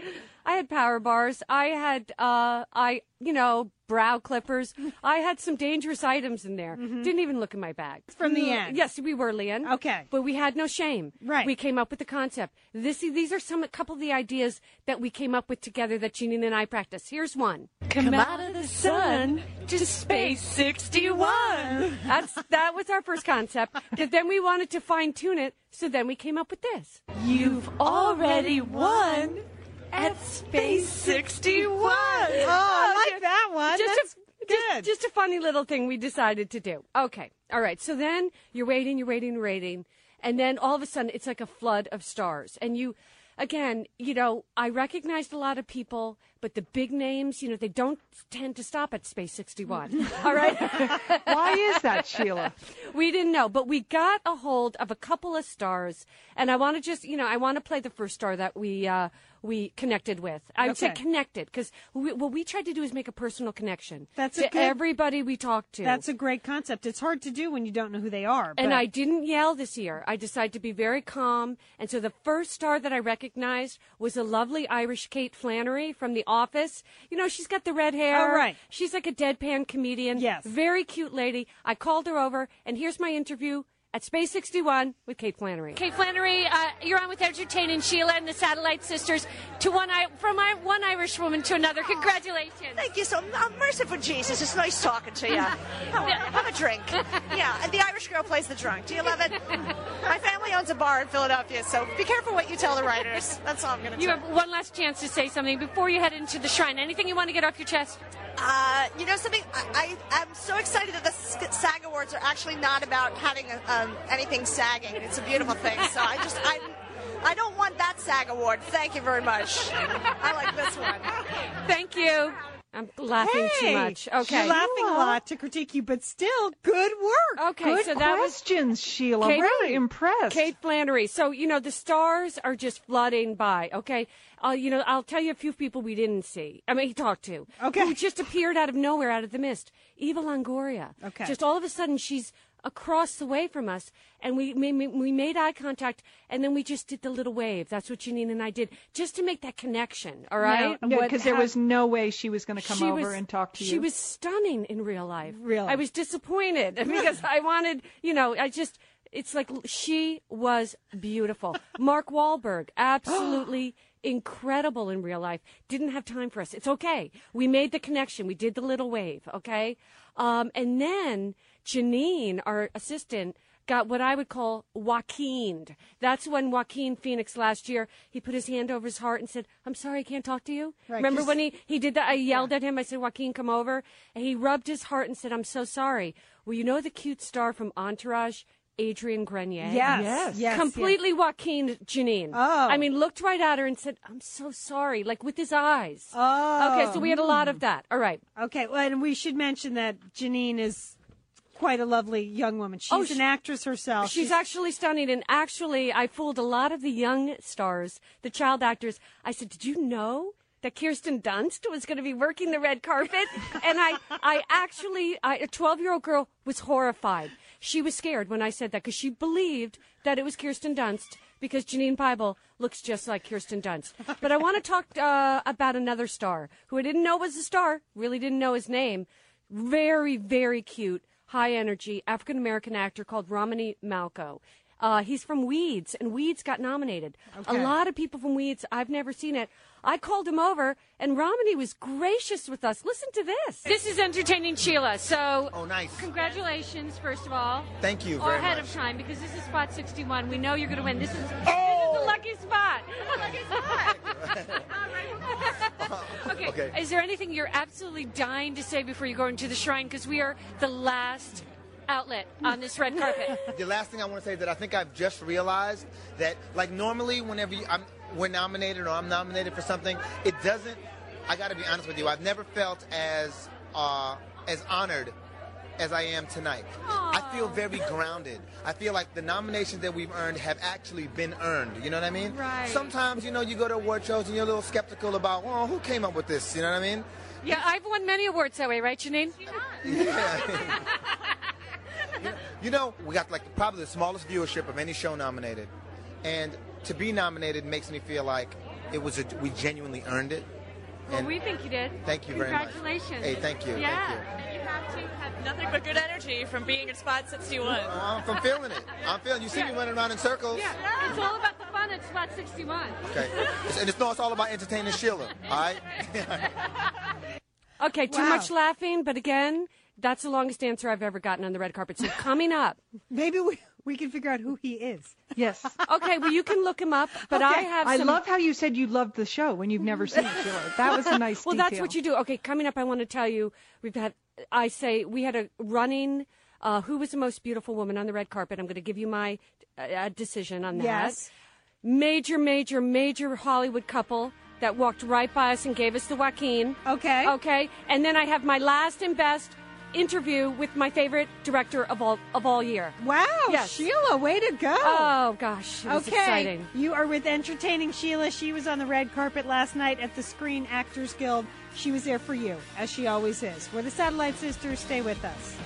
I had power bars. I had uh I you know brow clippers. I had some dangerous items in there. Didn't even look in my bag
Mm-hmm.
Mm.
From the end.
Yes, we were Leon.
Okay.
but we had no shame.
Right.
We came up with the concept. This these are some a couple of the ideas that we came up with together that Janine and I practiced. Here's one. Come, out of the sun to space 61. That's that was our first concept. But then we wanted to fine tune it, so then we came up with this. You've already won at space 61.
Oh, I like that one.
Just
That's-
a
Good.
Just a funny little thing we decided to do. Okay. All right. So then you're waiting, you're waiting, waiting. And then all of a sudden it's like a flood of stars. And you, again, you know, I recognized a lot of people, but the big names, you know, they don't tend to stop at Space 61. all right.
Why is that, Sheila?
we didn't know, but we got a hold of a couple of stars, and I want to just, you know, I want to play the first star that we uh, we connected with. I would say
Okay.
connected because what we tried to do is make a personal connection.
That's a
to
good-
everybody we talked to.
That's a great concept. It's hard to do when you don't know who they are.
and
but-
I didn't yell this year. I decided to be very calm. And so the first star that I recognized was a lovely Irish Kate Flannery from The Office. You know, she's got the red hair.
Oh, right.
She's like a deadpan comedian.
Yes.
Very cute lady. I called her over, and here's my interview at Space 61 with Kate Flannery.
Kate Flannery, uh, you're on with Entertain and Sheila and the Satellite Sisters. To one, I- from I- one Irish woman to another. Congratulations.
Ah, Thank you so much. Merciful Jesus, it's nice talking to you. Come on, have a drink. Yeah, and the Irish girl plays the drunk. Do you love it? My family owns a bar in Philadelphia, so be careful what you tell the writers. That's all I'm going to
You
tell
have one last chance to say something before you head into the shrine. Anything you want to get off your chest?
Uh, you know something? I, I, I'm so excited that the S- SAG Awards are actually not about having um, anything sagging. It's a beautiful thing. So I just, I, I don't want that SAG Award. Thank you very much. I like this one.
Thank you. I'm laughing too
Hey,
much. Okay.
You're laughing a lot to critique you, but still, good work.
Okay,
Good
so that was
questions, Sheila.
Kate-
really impressed.
Kate Flannery. So you know the stars are just flooding by. Okay, uh, you know I'll tell you a few people we didn't see. I mean, he talked to.
Okay.
who just appeared out of nowhere, out of the mist. Eva Longoria.
Okay.
just all of a sudden she's across the way from us, and we ma- ma- we made eye contact, and then we just did the little wave. That's what Janine and I did, just to make that connection. All right,
Yeah,
What
because there
hap-
was no way she was going to come
she
over
was-
and talk to you.
She was stunning in real life.
Really?
I was disappointed because I wanted, you know, I just. It's like l- she was beautiful. Mark Wahlberg, absolutely incredible in real life. Didn't have time for us. It's okay. We made the connection. We did the little wave. Okay, um, and then Janine, our assistant. Got what I would call Joaquined. That's when Joaquin Phoenix last year, he put his hand over his heart and said, I'm sorry, I can't talk to you.
Right,
Remember
'cause-
when he, he did that? I yelled at him. I said, Joaquin, come over. And he rubbed his heart and said, I'm so sorry. Well, you know the cute star from Entourage, Adrian Grenier?
Yes. Yes. yes,
Completely Joaquin Janine.
Oh.
I mean, looked right at her and said, I'm so sorry, like with his eyes.
Oh.
Okay, so we had a lot of that. All right.
Okay, well, and we should mention that Janine is quite a lovely young woman. She's
Oh,
an
she-
actress herself.
She's actually stunning, and actually, I fooled a lot of the young stars, the child actors. I said, "Did you know that Kirsten Dunst was going to be working the red carpet?" and I, I actually, I, a twelve-year-old girl was horrified. She was scared when I said that because she believed that it was Kirsten Dunst because Janine Bible looks just like Kirsten Dunst. But I want to talk uh, about another star who I didn't know was a star, really didn't know his name. Very, very cute high energy African American actor called Romany Malco. Uh, he's from Weeds, and Weeds got nominated. A lot of people from Weeds, I've never seen it. I called him over, and Romany was gracious with us. Listen to this.
This is entertaining Sheila. So,
Oh, nice.
congratulations, first of all.
Thank you
Or
very
ahead
much.
of time because this is spot 61. We know you're going to win. This is, this
Oh!
is the lucky spot. okay.
Okay.
Is there anything you're absolutely dying to say before you go into the shrine? Because we are the last outlet on this red carpet.
The last thing I want to say is that I think I've just realized that, like, normally whenever you, I'm we're nominated or I'm nominated for something, it doesn't. I got to be honest with you. I've never felt as uh, as honored as I am tonight. I feel very grounded. I feel like the nominations that we've earned have actually been earned. You know what I mean?
Right.
Sometimes you know you go to award shows and you're a little skeptical about, well, who came up with this? You know what I mean?
yeah, I've won many awards that way, right, Janine?
Yeah. you know, we got like probably the smallest viewership of any show nominated, and to be nominated makes me feel like it was a, we genuinely earned it.
Well,
And
we think you did.
thank you very much.
Congratulations.
Hey, thank you.
Yeah.
Thank you.
You have to have nothing but good energy from being at Spot 61.
Oh, I'm from feeling it. I'm feeling. You see me running around in circles.
Yeah. It's all about the fun at Spot 61.
Okay. It's- And it's no, it's all about entertaining Sheila. All right.
Okay, too
Wow.
much laughing, but again, that's the longest answer I've ever gotten on the red carpet. So coming up,
Maybe we, we can figure out who he is.
yes.
okay, well you can look him up, but I have.
I
some-
love how you said you loved the show when you've never seen it, Sheila. That was a nice
Well,
detail.
that's what you do. Okay, coming up, I want to tell you we've had I say we had a running. Uh, who was the most beautiful woman on the red carpet? I'm going to give you my uh, decision on that.
Yes.
Major, major, major Hollywood couple that walked right by us and gave us the Joaquin.
Okay.
Okay. And then I have my last and best interview with my favorite director of all of all year.
Wow,
Yes.
Sheila, way to go.
Oh gosh, it was
okay.
exciting.
You are with Entertaining Sheila. She was on the red carpet last night at the Screen Actors Guild. She was there for you, as she always is. We're the Satellite Sisters. Stay with us.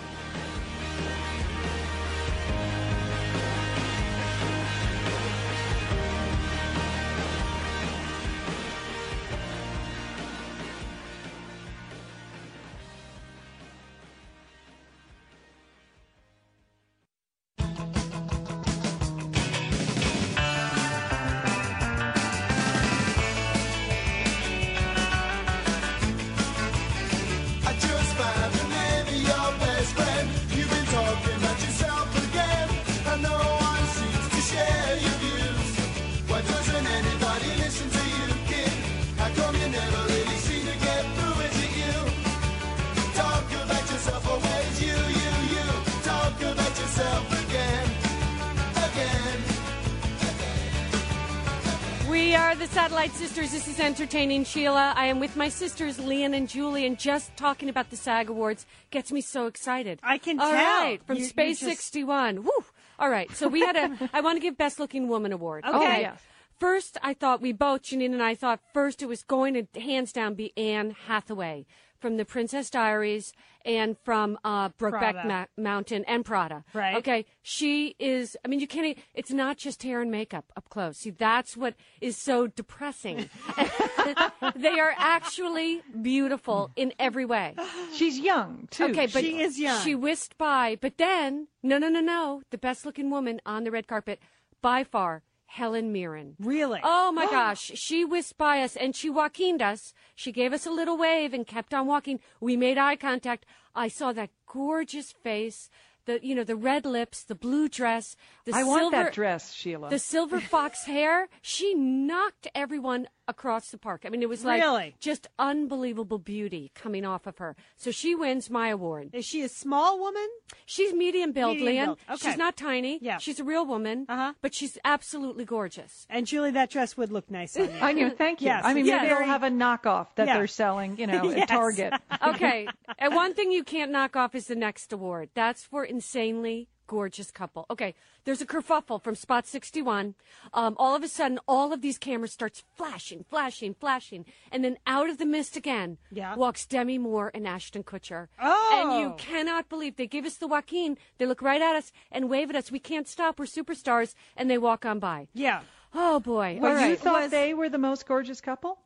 I just found the name of your best friend. You've been talking about yourself again, and no one seems to share your views. Why doesn't anybody listen to you, kid? How come you never really seem to get through? Is it you? Talk about yourself always, you, you, you. Talk about yourself again, again.
We are the Satellite Sisters. This is Entertaining Sheila. I am with my sisters, Leon and Julie, and just talking about the SAG Awards gets me so excited. I
can
All
tell.
right, from
You- you
Space
just-
61. Woo! All right, so we had a, I want to give Best Looking Woman Award.
Okay. Oh, yes.
First, I thought we both, Janine and I, thought first it was going to hands down be Anne Hathaway from The Princess Diaries and from uh, Brokeback
Prada.
Ma- Mountain and Prada.
Right.
Okay. She is, I mean, you can't, e- it's not just hair and makeup up close. See, that's what is so depressing. they are actually beautiful in every way.
She's young too.
Okay, but
She is young.
She whisked by, but then no, no, no, no. The best looking woman on the red carpet by far, Helen Mirren.
Really?
Oh my gosh, she whisked by us and she Joaquined us. She gave us a little wave and kept on walking. We made eye contact. I saw that gorgeous face. The you know the red lips, the blue dress, the
I
silver
want that dress, Sheila.
the silver fox hair, she knocked everyone across the park. I mean, it was like
Really?
just unbelievable beauty coming off of her. So she wins my award.
Is she a small woman?
She's medium build,
Medium
Leon.
build, okay.
She's not tiny.
Yeah.
She's a real woman, uh-huh. but she's absolutely gorgeous.
And Julie, that dress would look nice on you.
I know. Thank you.
Yes,
I mean,
it's
maybe they'll
very-
have a knockoff that
Yeah.
they're selling, you know,
Yes.
at Target.
Okay. and one thing you can't knock off is the next award. That's for insanely gorgeous couple. Okay. There's a kerfuffle from spot 61. Um, all of a sudden, all of these cameras starts flashing, flashing, flashing. And then out of the mist again
Yeah.
walks Demi Moore and Ashton Kutcher. And you
Oh.
cannot believe they give us the Joaquin. They look right at us and wave at us. We can't stop. We're superstars. And they walk on by.
Yeah.
Oh boy.
Well,
all
you
right.
thought they were the most gorgeous couple?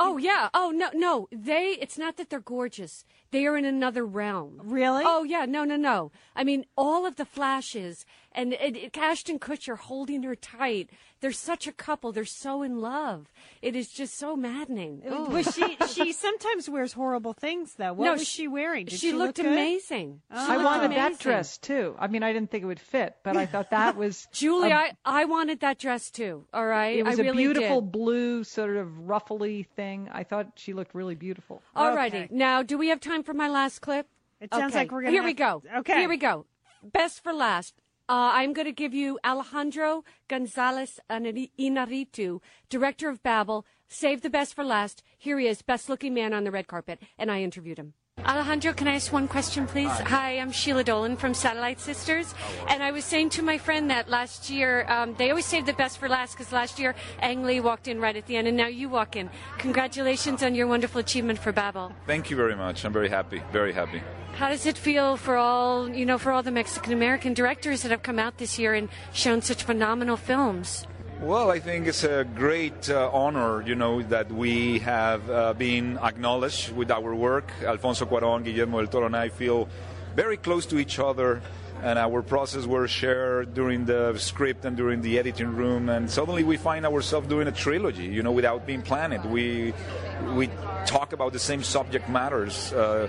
Oh yeah. Oh no, no. They. It's not that they're gorgeous. They are in another realm.
Really?
Oh yeah. No, no, no. I mean, all of the flashes and it, it, Ashton Kutcher holding her tight. They're such a couple. They're so in love. It is just so maddening. Ooh.
But she she sometimes wears horrible things though. What
No,
was
she-
she wearing? Did
she
she
looked
look good?
amazing. She
I
looked
wanted
amazing.
that dress too. I mean, I didn't think it would fit, but I thought that was
Julie,
a-
I, I wanted that dress too. All right.
It was
I really
a beautiful
did.
blue, sort of ruffly thing. I thought she looked really beautiful.
All righty. Now, do we have time for my last clip?
It sounds like we're gonna
Here
have-
we go.
Okay.
Here we go. Best for last. Uh, I'm going to give you Alejandro Gonzalez Inarritu, director of Babel. Save the best for last. Here he is, best looking man on the red carpet, and I interviewed him.
Alejandro, can I ask one question, please? Hi, I'm Sheila Dolan from Satellite Sisters, and I was saying to my friend that last year um, they always save the best for last because last year Ang Lee walked in right at the end, and now you walk in. Congratulations on your wonderful achievement for Babel.
Thank you very much. I'm very happy. Very happy.
How does it feel for all you know for all the Mexican American directors that have come out this year and shown such phenomenal films?
Well, I think it's a great uh, honor, you know, that we have uh, been acknowledged with our work. Alfonso Cuarón, Guillermo del Toro, and I feel very close to each other, and our process were shared during the script and during the editing room. And suddenly we find ourselves doing a trilogy, you know, without being planned. We we talk about the same subject matters. Uh,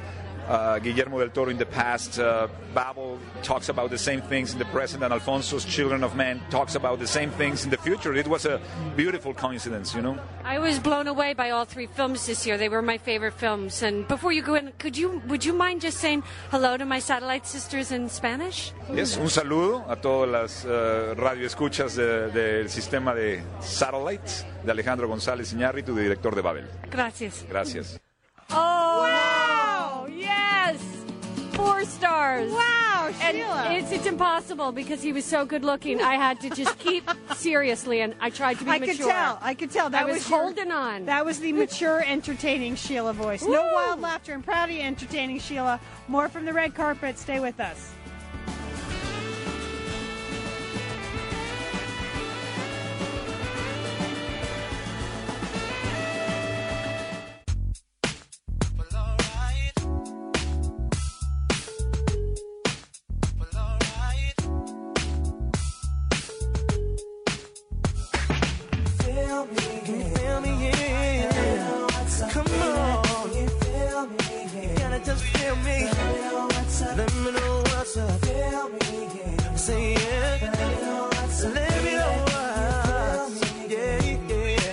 Uh, Guillermo del Toro in the past, uh, Babel talks about the same things in the present, and Alfonso's Children of Man talks about the same things in the future. It was a beautiful coincidence, you know.
I was blown away by all three films this year. They were my favorite films. And before you go in, could you would you mind just saying hello to my satellite sisters in Spanish?
Yes, un saludo a todas las eh, radioescuchas de- del sistema de Satellites de Alejandro González Iñárritu, director de Babel.
Gracias.
Gracias.
Oh wow! Yes, four stars.
Wow,
and
Sheila.
It's it's impossible because he was so good looking. I had to just keep seriously, and I tried to be
I
mature.
could tell. I could tell. That
I was,
your-
holding on.
That was the mature, entertaining Sheila voice. No
Woo!
wild laughter. I'm proud of you, entertaining Sheila. More from the red carpet. Stay with us.
Feel me, can you feel me? Yeah. Come on. You gotta just feel me. Let me know what's up. Say it. Let me know what's up. Yeah, yeah.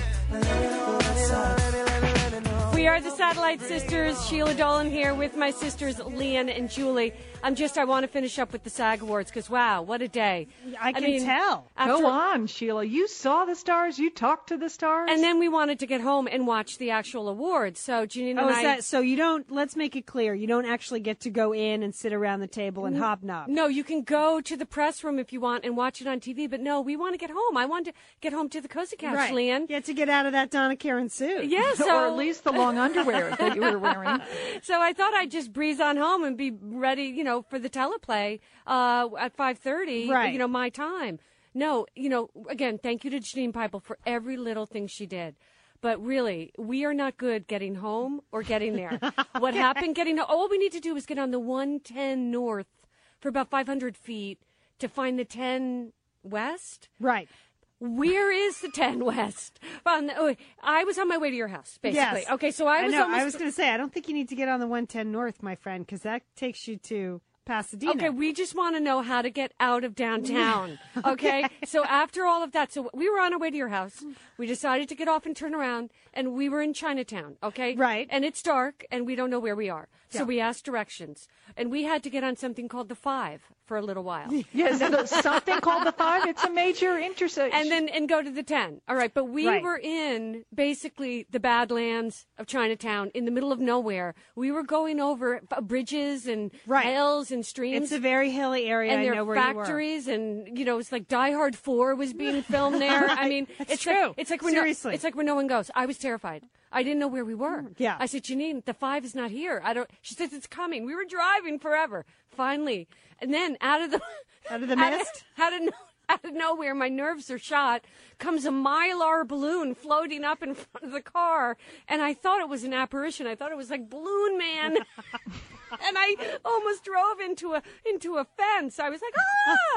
We are the Satellite Sisters. Sheila Dolan here with my sisters, Leanne and Julie. I'm just, I want to finish up with the SAG Awards because, wow, what a day.
I can tell.
after-
Go on, Sheila. You saw the stars. You talked to the stars.
And then we wanted to get home and watch the actual awards. So, Janine
Oh,
and
is
I.
that so? You don't. Let's make it clear. You don't actually get to go in and sit around the table and hobnob.
Mm-hmm. No, you can go to the press room if you want and watch it on TV, but no, we want to get home. I want to get home to the cozy couch,
Right.
Leanne.
You had to get out of that Donna Karen suit.
Yeah, so
or at least the long underwear that you were wearing.
So I thought I'd just breeze on home and be ready, you know, for the teleplay uh, at 5:30,
Right.
you know, my time. No, you know, again, thank you to Janine Pipel for every little thing she did. But really, we are not good getting home or getting there. what happened getting all we need to do is get on the 110 north for about 500 feet to find the 10 west.
Right.
Where is the 10 west? Well, no, I was on my way to your house, basically.
Yes.
Okay, so I was
know,
almost
I was going to say I don't think you need to get on the 110 North, my friend, because that takes you to Pasadena.
Okay, we just want to know how to get out of downtown. Okay? So after all of that, so we were on our way to your house. We decided to get off and turn around, and we were in Chinatown. Okay? Right. And it's dark, and we don't know where we are. So
Yeah.
we asked directions, and we had to get on something called the Five for a little while.
Yes, the- something called the five. It's a major intersection.
And then and go to the ten. All right, but we
Right.
were in basically the Badlands of Chinatown, in the middle of nowhere. We were going over uh, bridges and hills and streams.
It's a very hilly area.
and
I
there
know where
are
you were.
factories, and you know, it's like Die Hard Four was being filmed there. I mean,
That's
it's
true.
Like, it's like when no-
Seriously. Mm,
it's like when no one goes. I was terrified. I didn't know where we were.
Yeah.
I said, Janine, the five is not here. I don't. She says it's coming. We were driving forever. Finally, and then out of the
Out of the mist?
out of, no- out of nowhere, my nerves are shot. Comes a mylar balloon floating up in front of the car, and I thought it was an apparition. I thought it was like Balloon Man, and I almost drove into a into a fence. I was like,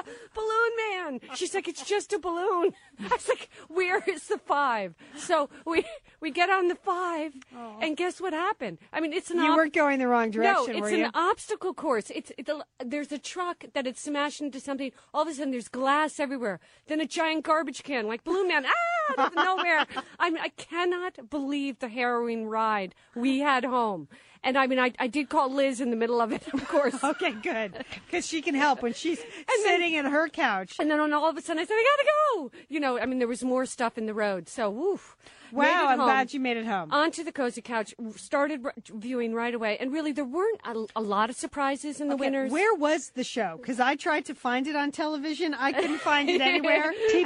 ah, Balloon Man. She's like, it's just a balloon. I was like, where is the five? So we we get on the five, and guess what happened? I mean, it's an
you
op-
weren't going the wrong direction.
no, it's
were
an
you?
obstacle course. It's it, the, there's a truck that it's smashed into something. All of a sudden, there's glass everywhere. Then a giant garbage can, like Balloon Man, ah, out of nowhere. I mean, I cannot believe the harrowing ride we had home. And I mean, I, I did call Liz in the middle of it, of course.
okay, good, because she can help when she's sitting at her couch.
And then on all of a sudden, I said, I gotta go. You know, I mean, there was more stuff in the road, so woof.
Wow, I'm glad you made it home.
Onto the cozy couch, started r- viewing right away, and really, there weren't a, a lot of surprises in the
Okay,
winners.
Where was the show? Because I tried to find it on television. I couldn't find it anywhere. And so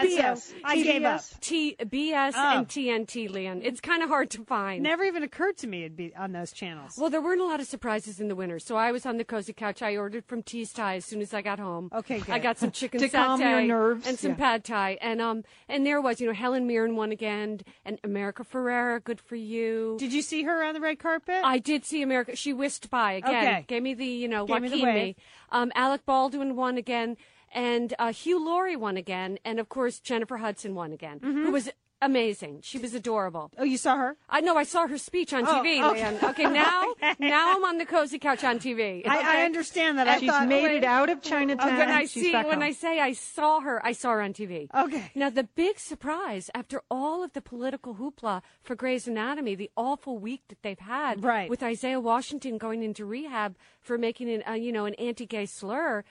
I gave up. Oh.
TBS and TNT, Leon. It's kind of hard to find.
Never even occurred to me it'd be on those channels.
Well, there weren't a lot of surprises in the winter, so I was on the cozy couch. I ordered from Tea's Thai as soon as I got home.
Okay, good.
I got some chicken
To
satay
calm your nerves,
and some
yeah.
pad thai, and um, and there was, you know, Helen Mirren won again, and America Ferrera, good for you.
Did you see her on the red carpet?
I did see America. She whisked by again.
Okay.
Gave me the, you know,
Gave me the
Joaquin
wave.
me. Um, Alec Baldwin won again, and uh, Hugh Laurie won again, and of course Jennifer Hudson won again, who was amazing. She was adorable.
Mm-hmm. Oh, you saw her?
I know. I saw her speech on
Oh,
TV,
okay.
Leanne. Okay, now now I'm on the cozy couch on TV.
I- I
okay?
understand that. I She's thought- made it out of Chinatown.
When I
She's
see
back
when
home.
I say I saw her, I saw her on TV.
Okay.
Now the big surprise after all of the political hoopla for Grey's Anatomy, the awful week that they've had,
Right.
with Isaiah Washington going into rehab for making an uh, you know an anti-gay slur.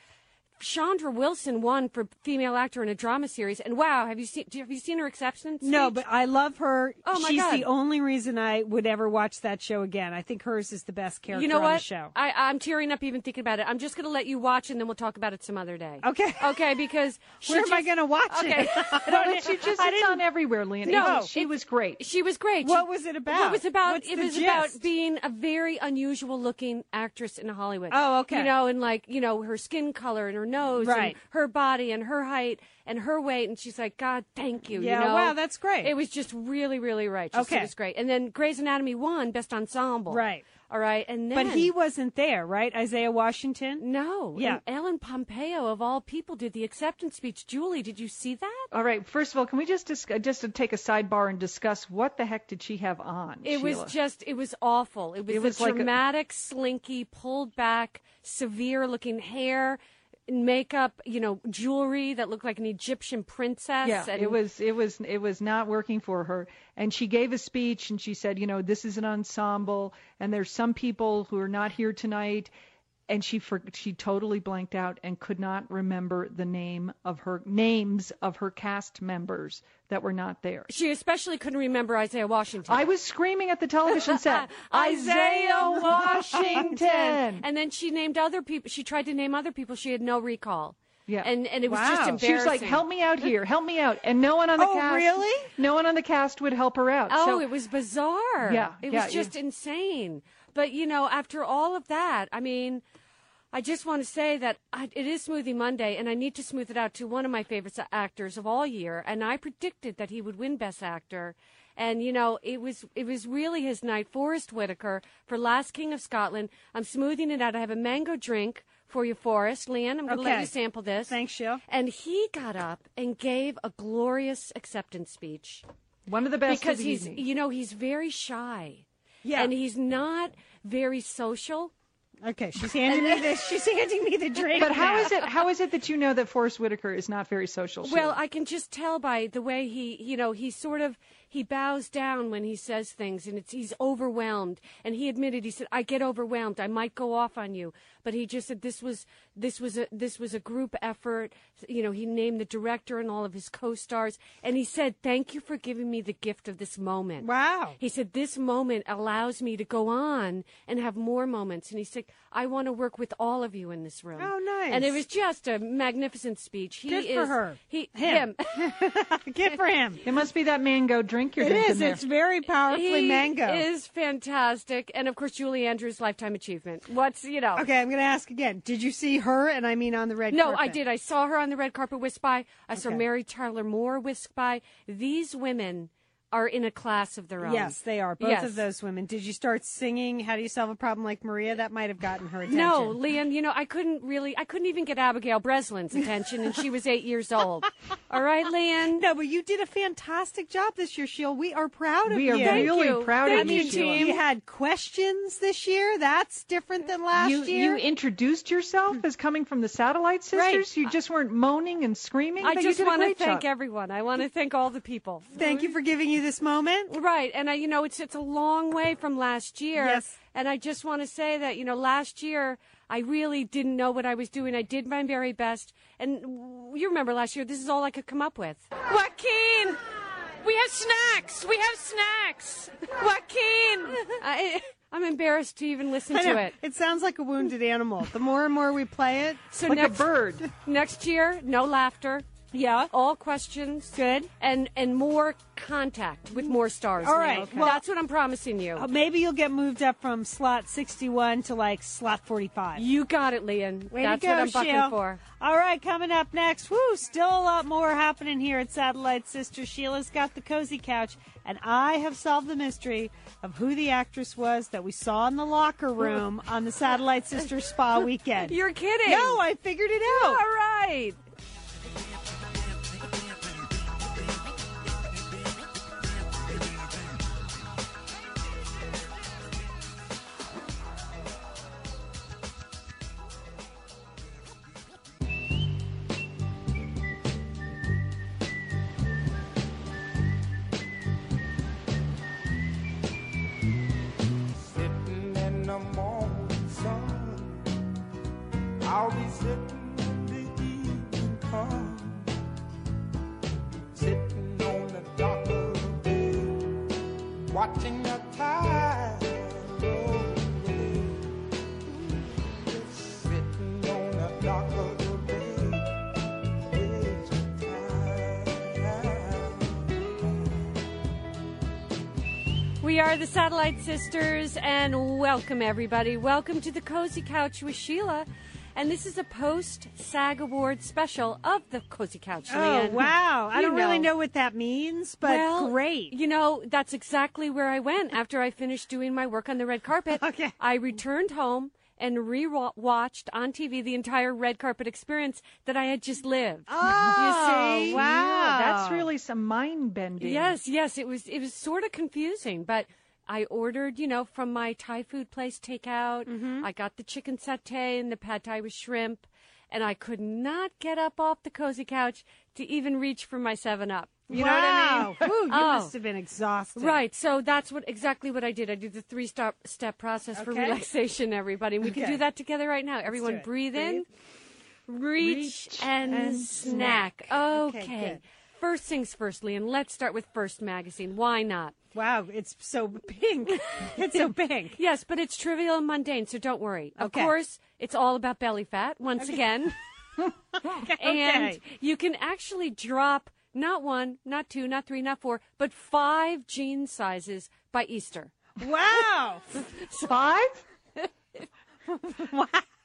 Chandra Wilson won for female actor in a drama series, and wow, have you seen do you- have you seen her acceptance?
No,
speech?
but I love her.
Oh, my
She's
God.
the only reason I would ever watch that show again. I think hers is the best character
you know
on
what?
the show.
I, I'm tearing up even thinking about it. I'm just going to let you watch, and then we'll talk about it some other day.
Okay.
Okay, because she
Where am I
just-
gonna watch it?
okay.
Why don't you just? It's on everywhere, Leon.
No,
It's- she was great.
She was great.
What
She-
was it about?
What was about?
What's
it
the
was about
gist?
being a very unusual looking actress in Hollywood.
Oh, okay.
You know, and like you know her skin color and her nose,
Right.
And her body and her height and her weight, and she's like, God, thank you.
Yeah,
You know?
wow, that's great.
It was just really, really righteous.
Okay.
It was great. And then Grey's Anatomy won Best Ensemble.
Right.
All right, and then
but he wasn't there, right? Isaiah Washington?
No.
Yeah.
And Ellen Pompeo, of all people, did the acceptance speech. Julie, did you see that?
All right. First of all, can we just dis- just to take a sidebar and discuss what the heck did she have on?
It
Sheila?
was just, it was awful. It was,
It was
the
like a-
dramatic, slinky, pulled back, severe looking hair, makeup, you know, jewelry that looked like an Egyptian princess.
Yeah,
and
it was it was it was not working for her. And she gave a speech and she said, you know, this is an ensemble and there's some people who are not here tonight. And she for, she totally blanked out and could not remember the name of her names of her cast members that were not there.
She especially couldn't remember Isaiah Washington.
I was screaming at the television set,
Isaiah
Isaiah
Washington.
Washington.
and then she named other people. She tried to name other people. She had no recall.
Yeah.
And and it was just embarrassing.
She was like, "Help me out here, help me out," and no one on the
Oh,
cast,
really?
No one on the cast would help her out.
Oh,
So-
it was bizarre.
Yeah,
It
yeah,
was just insane. But, you know, after all of that, I mean, I just want to say that I, it is Smoothie Monday, and I need to smooth it out to one of my favorite actors of all year. And I predicted that he would win Best Actor. And you know, it was it was really his night. Forrest Whitaker for Last King of Scotland. I'm smoothing it out. I have a mango drink for you, Forrest. Leanne, I'm going to let
Okay.
you sample this.
Thanks, Jill.
And he got up and gave a glorious acceptance speech
One of the best of
because
the
he's
evening.
you know he's very shy.
Yeah.
And he's not very social.
Okay, she's handing me this. She's handing me the drink.
But how
now.
is it? How is it that you know that Forrest Whitaker is not very social?
Well,
Sheila?
I can just tell by the way he, you know, he sort of he bows down when he says things, and it's he's overwhelmed. And he admitted, he said, "I get overwhelmed. I might go off on you," but he just said this was this was a this was a group effort. You know, he named the director and all of his co-stars, and he said, "Thank you for giving me the gift of this moment."
Wow.
He said, This moment allows me to go on and have more moments. And he said, I want to work with all of you in this room.
Oh, nice.
And it was just a magnificent speech. He
Good
is,
for her.
He,
Him.
him.
Good for him.
it must be that mango drink you're
It
drinking
is.
there.
It's very powerfully
he
mango.
is fantastic. And of course, Julie Andrews' lifetime achievement. What's, you know.
Okay, I'm going to ask again. Did you see her? And I mean on the red
No,
carpet.
I did. I saw her on the red carpet whisk by. I saw
Okay.
Mary Tyler Moore whisk by. These women are in a class of their own.
Yes, they are. Both
Yes.
of those women. Did you start singing How Do You Solve a Problem Like Maria? That might have gotten her attention.
No, Leon, you know, I couldn't really, I couldn't even get Abigail Breslin's attention, and she was eight years old. All right, Leon?
No, but you did a fantastic job this year, Sheila. We are proud of
We
you.
are really
you.
proud
Thank
of
you,
you,
team.
Sheila.
You had questions this year. That's different than last
You,
year.
you introduced yourself as coming from the Satellite Sisters. You just weren't moaning and screaming.
I
but
just
you did a
want to
great
thank
job.
everyone. I want to thank all the people.
Thank you for giving you this moment.
Right, and I, you know, it's it's a long way from last year.
Yes.
And I just want to say that you know, last year I really didn't know what I was doing. I did my very best, and you remember last year. This is all I could come up with.
Joaquin, we have snacks. We have snacks. Joaquin.
I, I'm embarrassed to even listen
I know.
to it.
It sounds like a wounded animal. The more and more we play it,
So
Like a
next
bird.
next year, no laughter. Yeah. All questions. Good. And and more contact with more stars.
All
now.
right.
Okay.
Well-
That's what I'm promising you.
uh, maybe you'll get moved up from slot 61 to like slot 45.
you got it, Leon.
Way
That's
to go,
what I'm bucking
Sheila.
for.
All right, coming up next, woo, still a lot more happening here at Satellite Sister. Sheila's got the cozy couch, and I have solved the mystery of who the actress was that we saw in the locker room on the Satellite Sister Spa weekend.
You're kidding.
No, I figured it out.
All right.
watching the tide roll away. Sitting on the dock of the bay, wasting
We are the Satellite Sisters, and welcome everybody. Welcome to the Cozy Couch with Sheila. And this is a post SAG Award special of the Cozy Couch.
Oh,
Leanne.
wow. I
You
don't really know what that means, but
well,
great.
You know, that's exactly where I went after I finished doing my work on the red carpet. okay. I returned home and re-watched on TV the entire red carpet experience that I had just lived.
Oh,
you see?
Yeah, that's really some mind bending.
Oh, Yes, yes, it was it was sort of confusing, but I ordered, you know, from my Thai food place takeout.
Mm-hmm.
I got the chicken satay and the pad thai with shrimp, and I could not get up off the cozy couch to even reach for my 7 up. You know
wow.
what I mean?
Whew, you
Oh.
must have been exhausted.
Right, so that's what exactly what I did. I did the three step step process for
Okay.
relaxation, everybody. We can
Okay.
do that together right now. Everyone,
do it.
breathe in, reach, and,
and
snack.
snack.
Okay.
Okay, good.
First things first, Liam. Let's start with first magazine. Why not?
Wow, it's so pink. It's so pink.
yes, but it's trivial and mundane, so don't worry. Of
Okay.
course, it's all about belly fat once
Okay.
again. And
okay.
you can actually drop not one, not two, not three, not four, but five jean sizes by Easter.
Wow.
Five?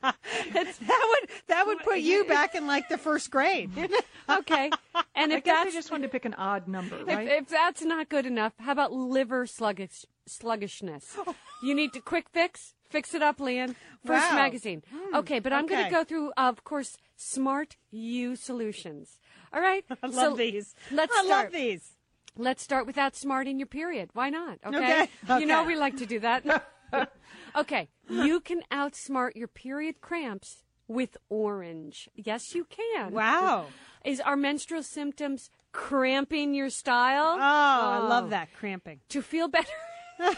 that would that would put you back in like the first grade.
okay. And
I
if
guess I
that's
just wanted to pick an odd number, right?
If, if that's not good enough, how about liver sluggish, sluggishness? You need to quick fix, fix it up, Leanne. First
Wow.
magazine.
Hmm,
okay, but I'm going to
okay.
go through, of course, smart you solutions. All right. I
love these.
Let's
I love
start.
these.
Let's start without smarting your period. Why not? Okay.
Okay,
You know
okay.
we like to do that. okay. You can outsmart your period cramps with orange. Yes, you can.
Wow.
Is our menstrual symptoms cramping your style?
Oh, I love that cramping.
To feel better.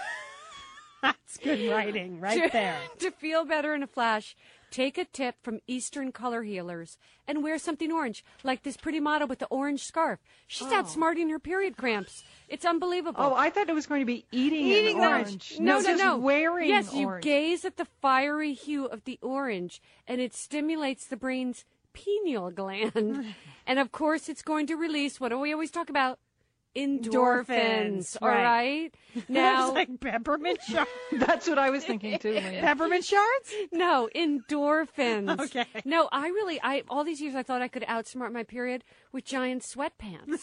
That's good writing right
to,
there.
To feel better in a flash, take a tip from Eastern color healers and wear something orange, like this pretty model with the orange scarf. She's
Oh.
outsmarting her period cramps. It's unbelievable.
Oh, I thought it was going to be eating,
Eating
an
orange.
orange.
No, no,
just
no.
wearing
yes,
orange.
you gaze at the fiery hue of the orange, and it stimulates the brain's pineal gland. and of course, it's going to release what do we always talk about? Endorphins.
Endorphins,
all
right.
right.
It's
Now,
like peppermint shards.
That's what I was thinking too. Leanne.
Peppermint shards?
No, endorphins.
Okay.
No, I really, I all these years I thought I could outsmart my period with giant sweatpants.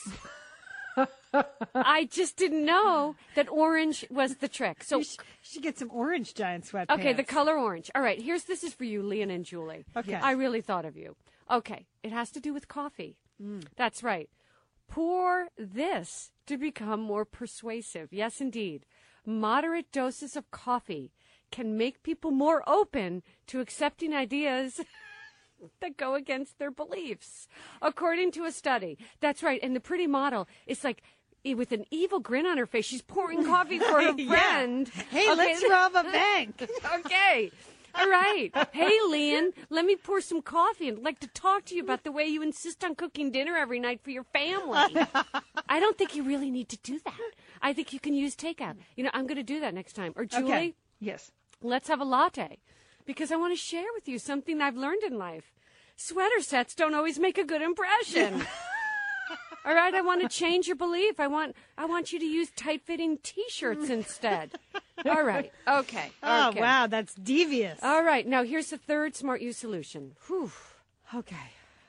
I just didn't know that orange was the trick. So
you sh- should get some orange giant sweatpants.
Okay, the color orange. All right, here's this is for you, Leon and Julie.
Okay.
I really thought of you. Okay, it has to do with coffee.
Mm.
That's right. Pour this to become more persuasive. Yes, indeed. Moderate doses of coffee can make people more open to accepting ideas that go against their beliefs, according to a study. That's right. And the pretty model is like, eh, with an evil grin on her face, she's pouring coffee for her
Yeah.
friend.
Hey, let's rob a bank.
okay. All right. Hey, Leon, let me pour some coffee. I'd like to talk to you about the way you insist on cooking dinner every night for your family. I don't think you really need to do that. I think you can use takeout. You know, I'm going to do that next time. Or, Julie,
Yes.
let's have a latte because I want to share with you something I've learned in life. Sweater sets don't always make a good impression. All right, I want to change your belief. I want I want you to use tight-fitting t-shirts instead. All right. Okay.
Oh,
okay.
wow, that's devious.
All right, now here's the third smart you solution. Whew. Okay.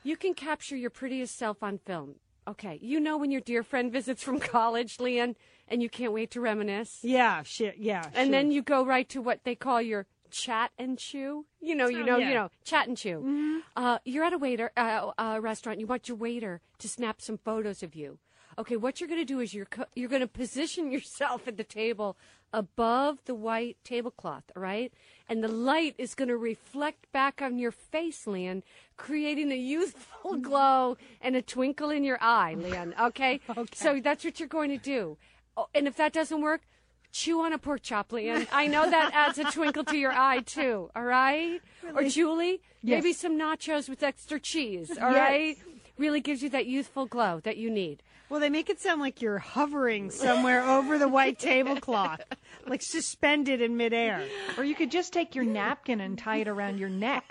You can capture your prettiest self on film. Okay, you know when your dear friend visits from college, Leon, and you can't wait to reminisce?
Yeah, shit, yeah.
And
sure.
then you go right to what they call your chat and chew. You know, you
Oh,
know,
yeah. Mm-hmm.
you know, chat and chew. Uh, you're at a waiter uh, uh, restaurant. You want your waiter to snap some photos of you. Okay, what you're going to do is you're co- you're going to position yourself at the table above the white tablecloth, all right? And the light is going to reflect back on your face, Leon, creating a youthful glow and a twinkle in your eye, Leon. Okay, okay. so that's what you're going to do. Oh, and if that doesn't work, chew on a pork chop, Leanne. I know that adds a twinkle to your eye too. All right, or
Really?
Julie,
Yes.
maybe some nachos with extra cheese. All
Yes.
right, really gives you that youthful glow that you need.
Well, they make it sound like you're hovering somewhere over the white tablecloth, like suspended in midair.
Or you could just take your napkin and tie it around your neck.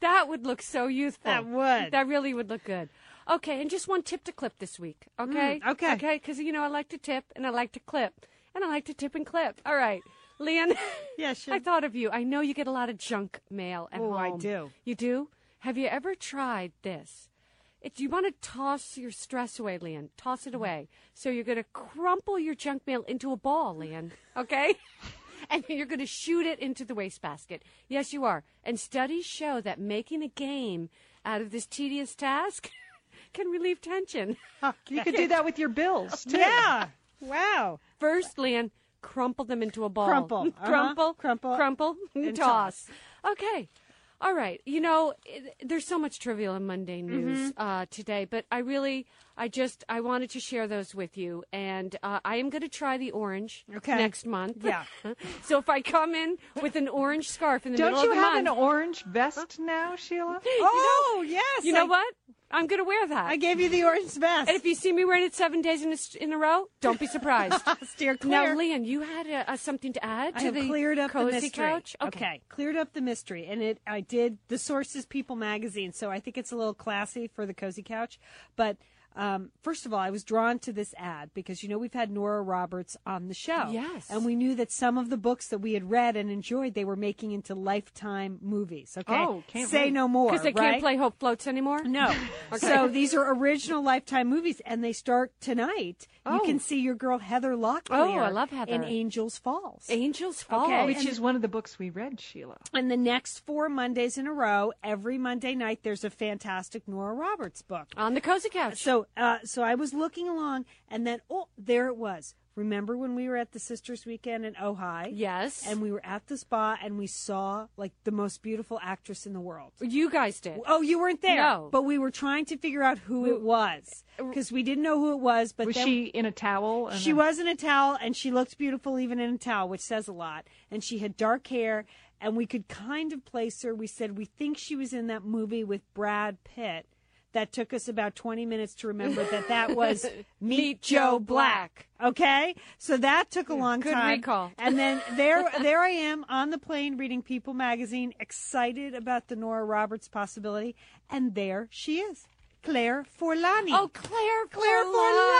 That would look so youthful.
That would.
That really would look good. Okay, and just one tip to clip this week. Okay.
Mm, okay.
Okay, because you know I like to tip and I like to clip and I like to tip and clip. All right, Leon.
Yeah,
I thought of you. I know you get a lot of junk mail at
Oh, I
home.
do.
You do. Have you ever tried this? If you want to toss your stress away, Leon, toss it away. So you're going to crumple your junk mail into a ball, Leon. Okay. and you're going to shoot it into the wastebasket. Yes, you are. And studies show that making a game out of this tedious task can relieve tension.
You could do that with your bills, too.
Yeah. Wow.
First, Leon, crumple them into a ball.
Crumple. Uh-huh.
crumple,
Crumple.
crumple,
And
toss. Okay. All right. You know, it, there's so much trivial and mundane
Mm-hmm.
news
Mhm.
uh, today, but I really, I just, I wanted to share those with you, and uh, I am going to try the orange
Okay.
next month.
Yeah.
so if I come in with an orange scarf in the
Don't
middle
you
of the
have
month,
an orange vest now, Sheila?
Oh,
yes.
You know
I-
what? I'm going to wear that. I
gave you the orange vest.
And if you see me wearing it seven days in a, s- in a row, don't be surprised.
Steer
Now,
clear.
Leon, you had a, a, something to add
I
to
have
the
cleared up
cozy
the mystery.
couch?
Okay. cleared up the mystery, and it I did. The source is People Magazine, so I think it's a little classy for the cozy couch. But um, first of all, I was drawn to this ad because you know we've had Nora Roberts on the show,
Yes.
and we knew that some of the books that we had read and enjoyed they were making into lifetime movies. Okay,
Oh, can't
say
wait.
no more
'Cause they can't
right?
play Hope Floats anymore.
No, so these are original lifetime movies, and they start tonight. You
Oh.
can see your girl Heather Locklear.
Oh, I love Heather.
in Angels Falls.
Angels
Okay,
Which
and-
is one of the books we read, Sheila.
and the next four Mondays in a row, every Monday night, there's a fantastic Nora Roberts book
on the cozy couch.
So, uh, so I was looking along, and then oh, there it was. Remember when we were at the Sisters Weekend in Ojai?
Yes.
And we were at the spa, and we saw like the most beautiful actress in the world.
You guys did.
Oh, you weren't there.
No. Uh,
But we were trying to figure out who it was because we didn't know who it was. But
Was
then-
she in a towel? and
she
a-
was in a towel, and she looked beautiful even in a towel, which says a lot. And she had dark hair, and we could kind of place her. We said we think she was in that movie with Brad Pitt. That took us about 20 minutes to remember that that was Meet,
Meet
Joe,
Joe
Black. Okay, so that took a long
Good
time.
recall.
And then there, there I am on the plane reading People magazine, excited about the Nora Roberts possibility, and there she is, Claire Forlani.
Oh, Claire,
Claire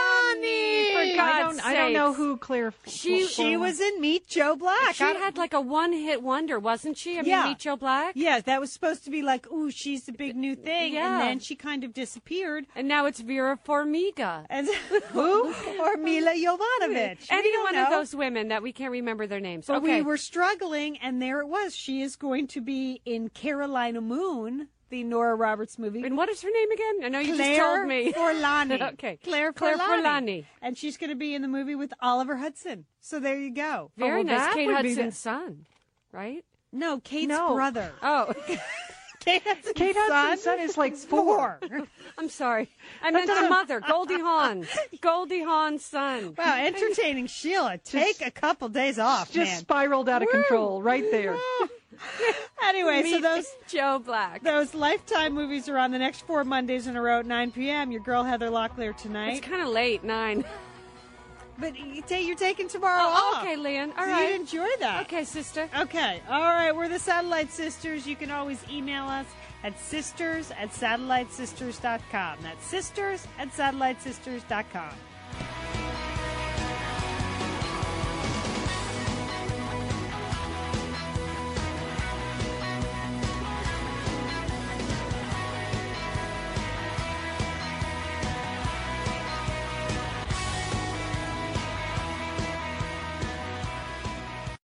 Forlani.
For
I
God's
don't, I don't know
sakes.
who Claire.
She-
she was in Meet Joe Black.
She
I-
had like a one-hit wonder, wasn't she? I mean,
Yeah.
Meet Joe Black.
Yeah, that was supposed to be like, ooh, she's the big new thing,
Yeah.
and then she kind of disappeared.
And now it's Vera Farmiga.
And who? Or Mila Jovanovic. We
Any
don't
one of
know.
those women that we can't remember their names.
But
okay.
we were struggling, and there it was. She is going to be in Carolina Moon, the Nora Roberts movie.
And what is her name again? I know you just
Claire
told me.
Forlani.
okay.
Claire
Claire
Forlani.
Forlani.
And she's going to be in the movie with Oliver Hudson. So there you go.
Very nice. Oh, Kate
would be
Hudson's
the-
son, right?
No, Kate's
No.
brother.
Oh,
Kate Hudson's,
Kate Hudson's son is like four.
I'm sorry. I meant the mother, Goldie Hawn. Goldie Hawn's son.
Wow, entertaining Sheila. Take a couple days off,
Just
man.
spiraled out of control right there.
Anyway, so
Meet
those
Joe Black.
those Lifetime movies are on the next four Mondays in a row at 9 p.m. Your girl Heather Locklear
It's
tonight.
kind of late, nine.
But you ta- you're taking tomorrow
Oh,
off.
okay, Leon. All
So
right.
You'd enjoy that.
Okay, sister.
Okay. All right. We're the Satellite Sisters. You can always email us at sisters at satellitesisters.com. That's sisters at satellitesisters.com.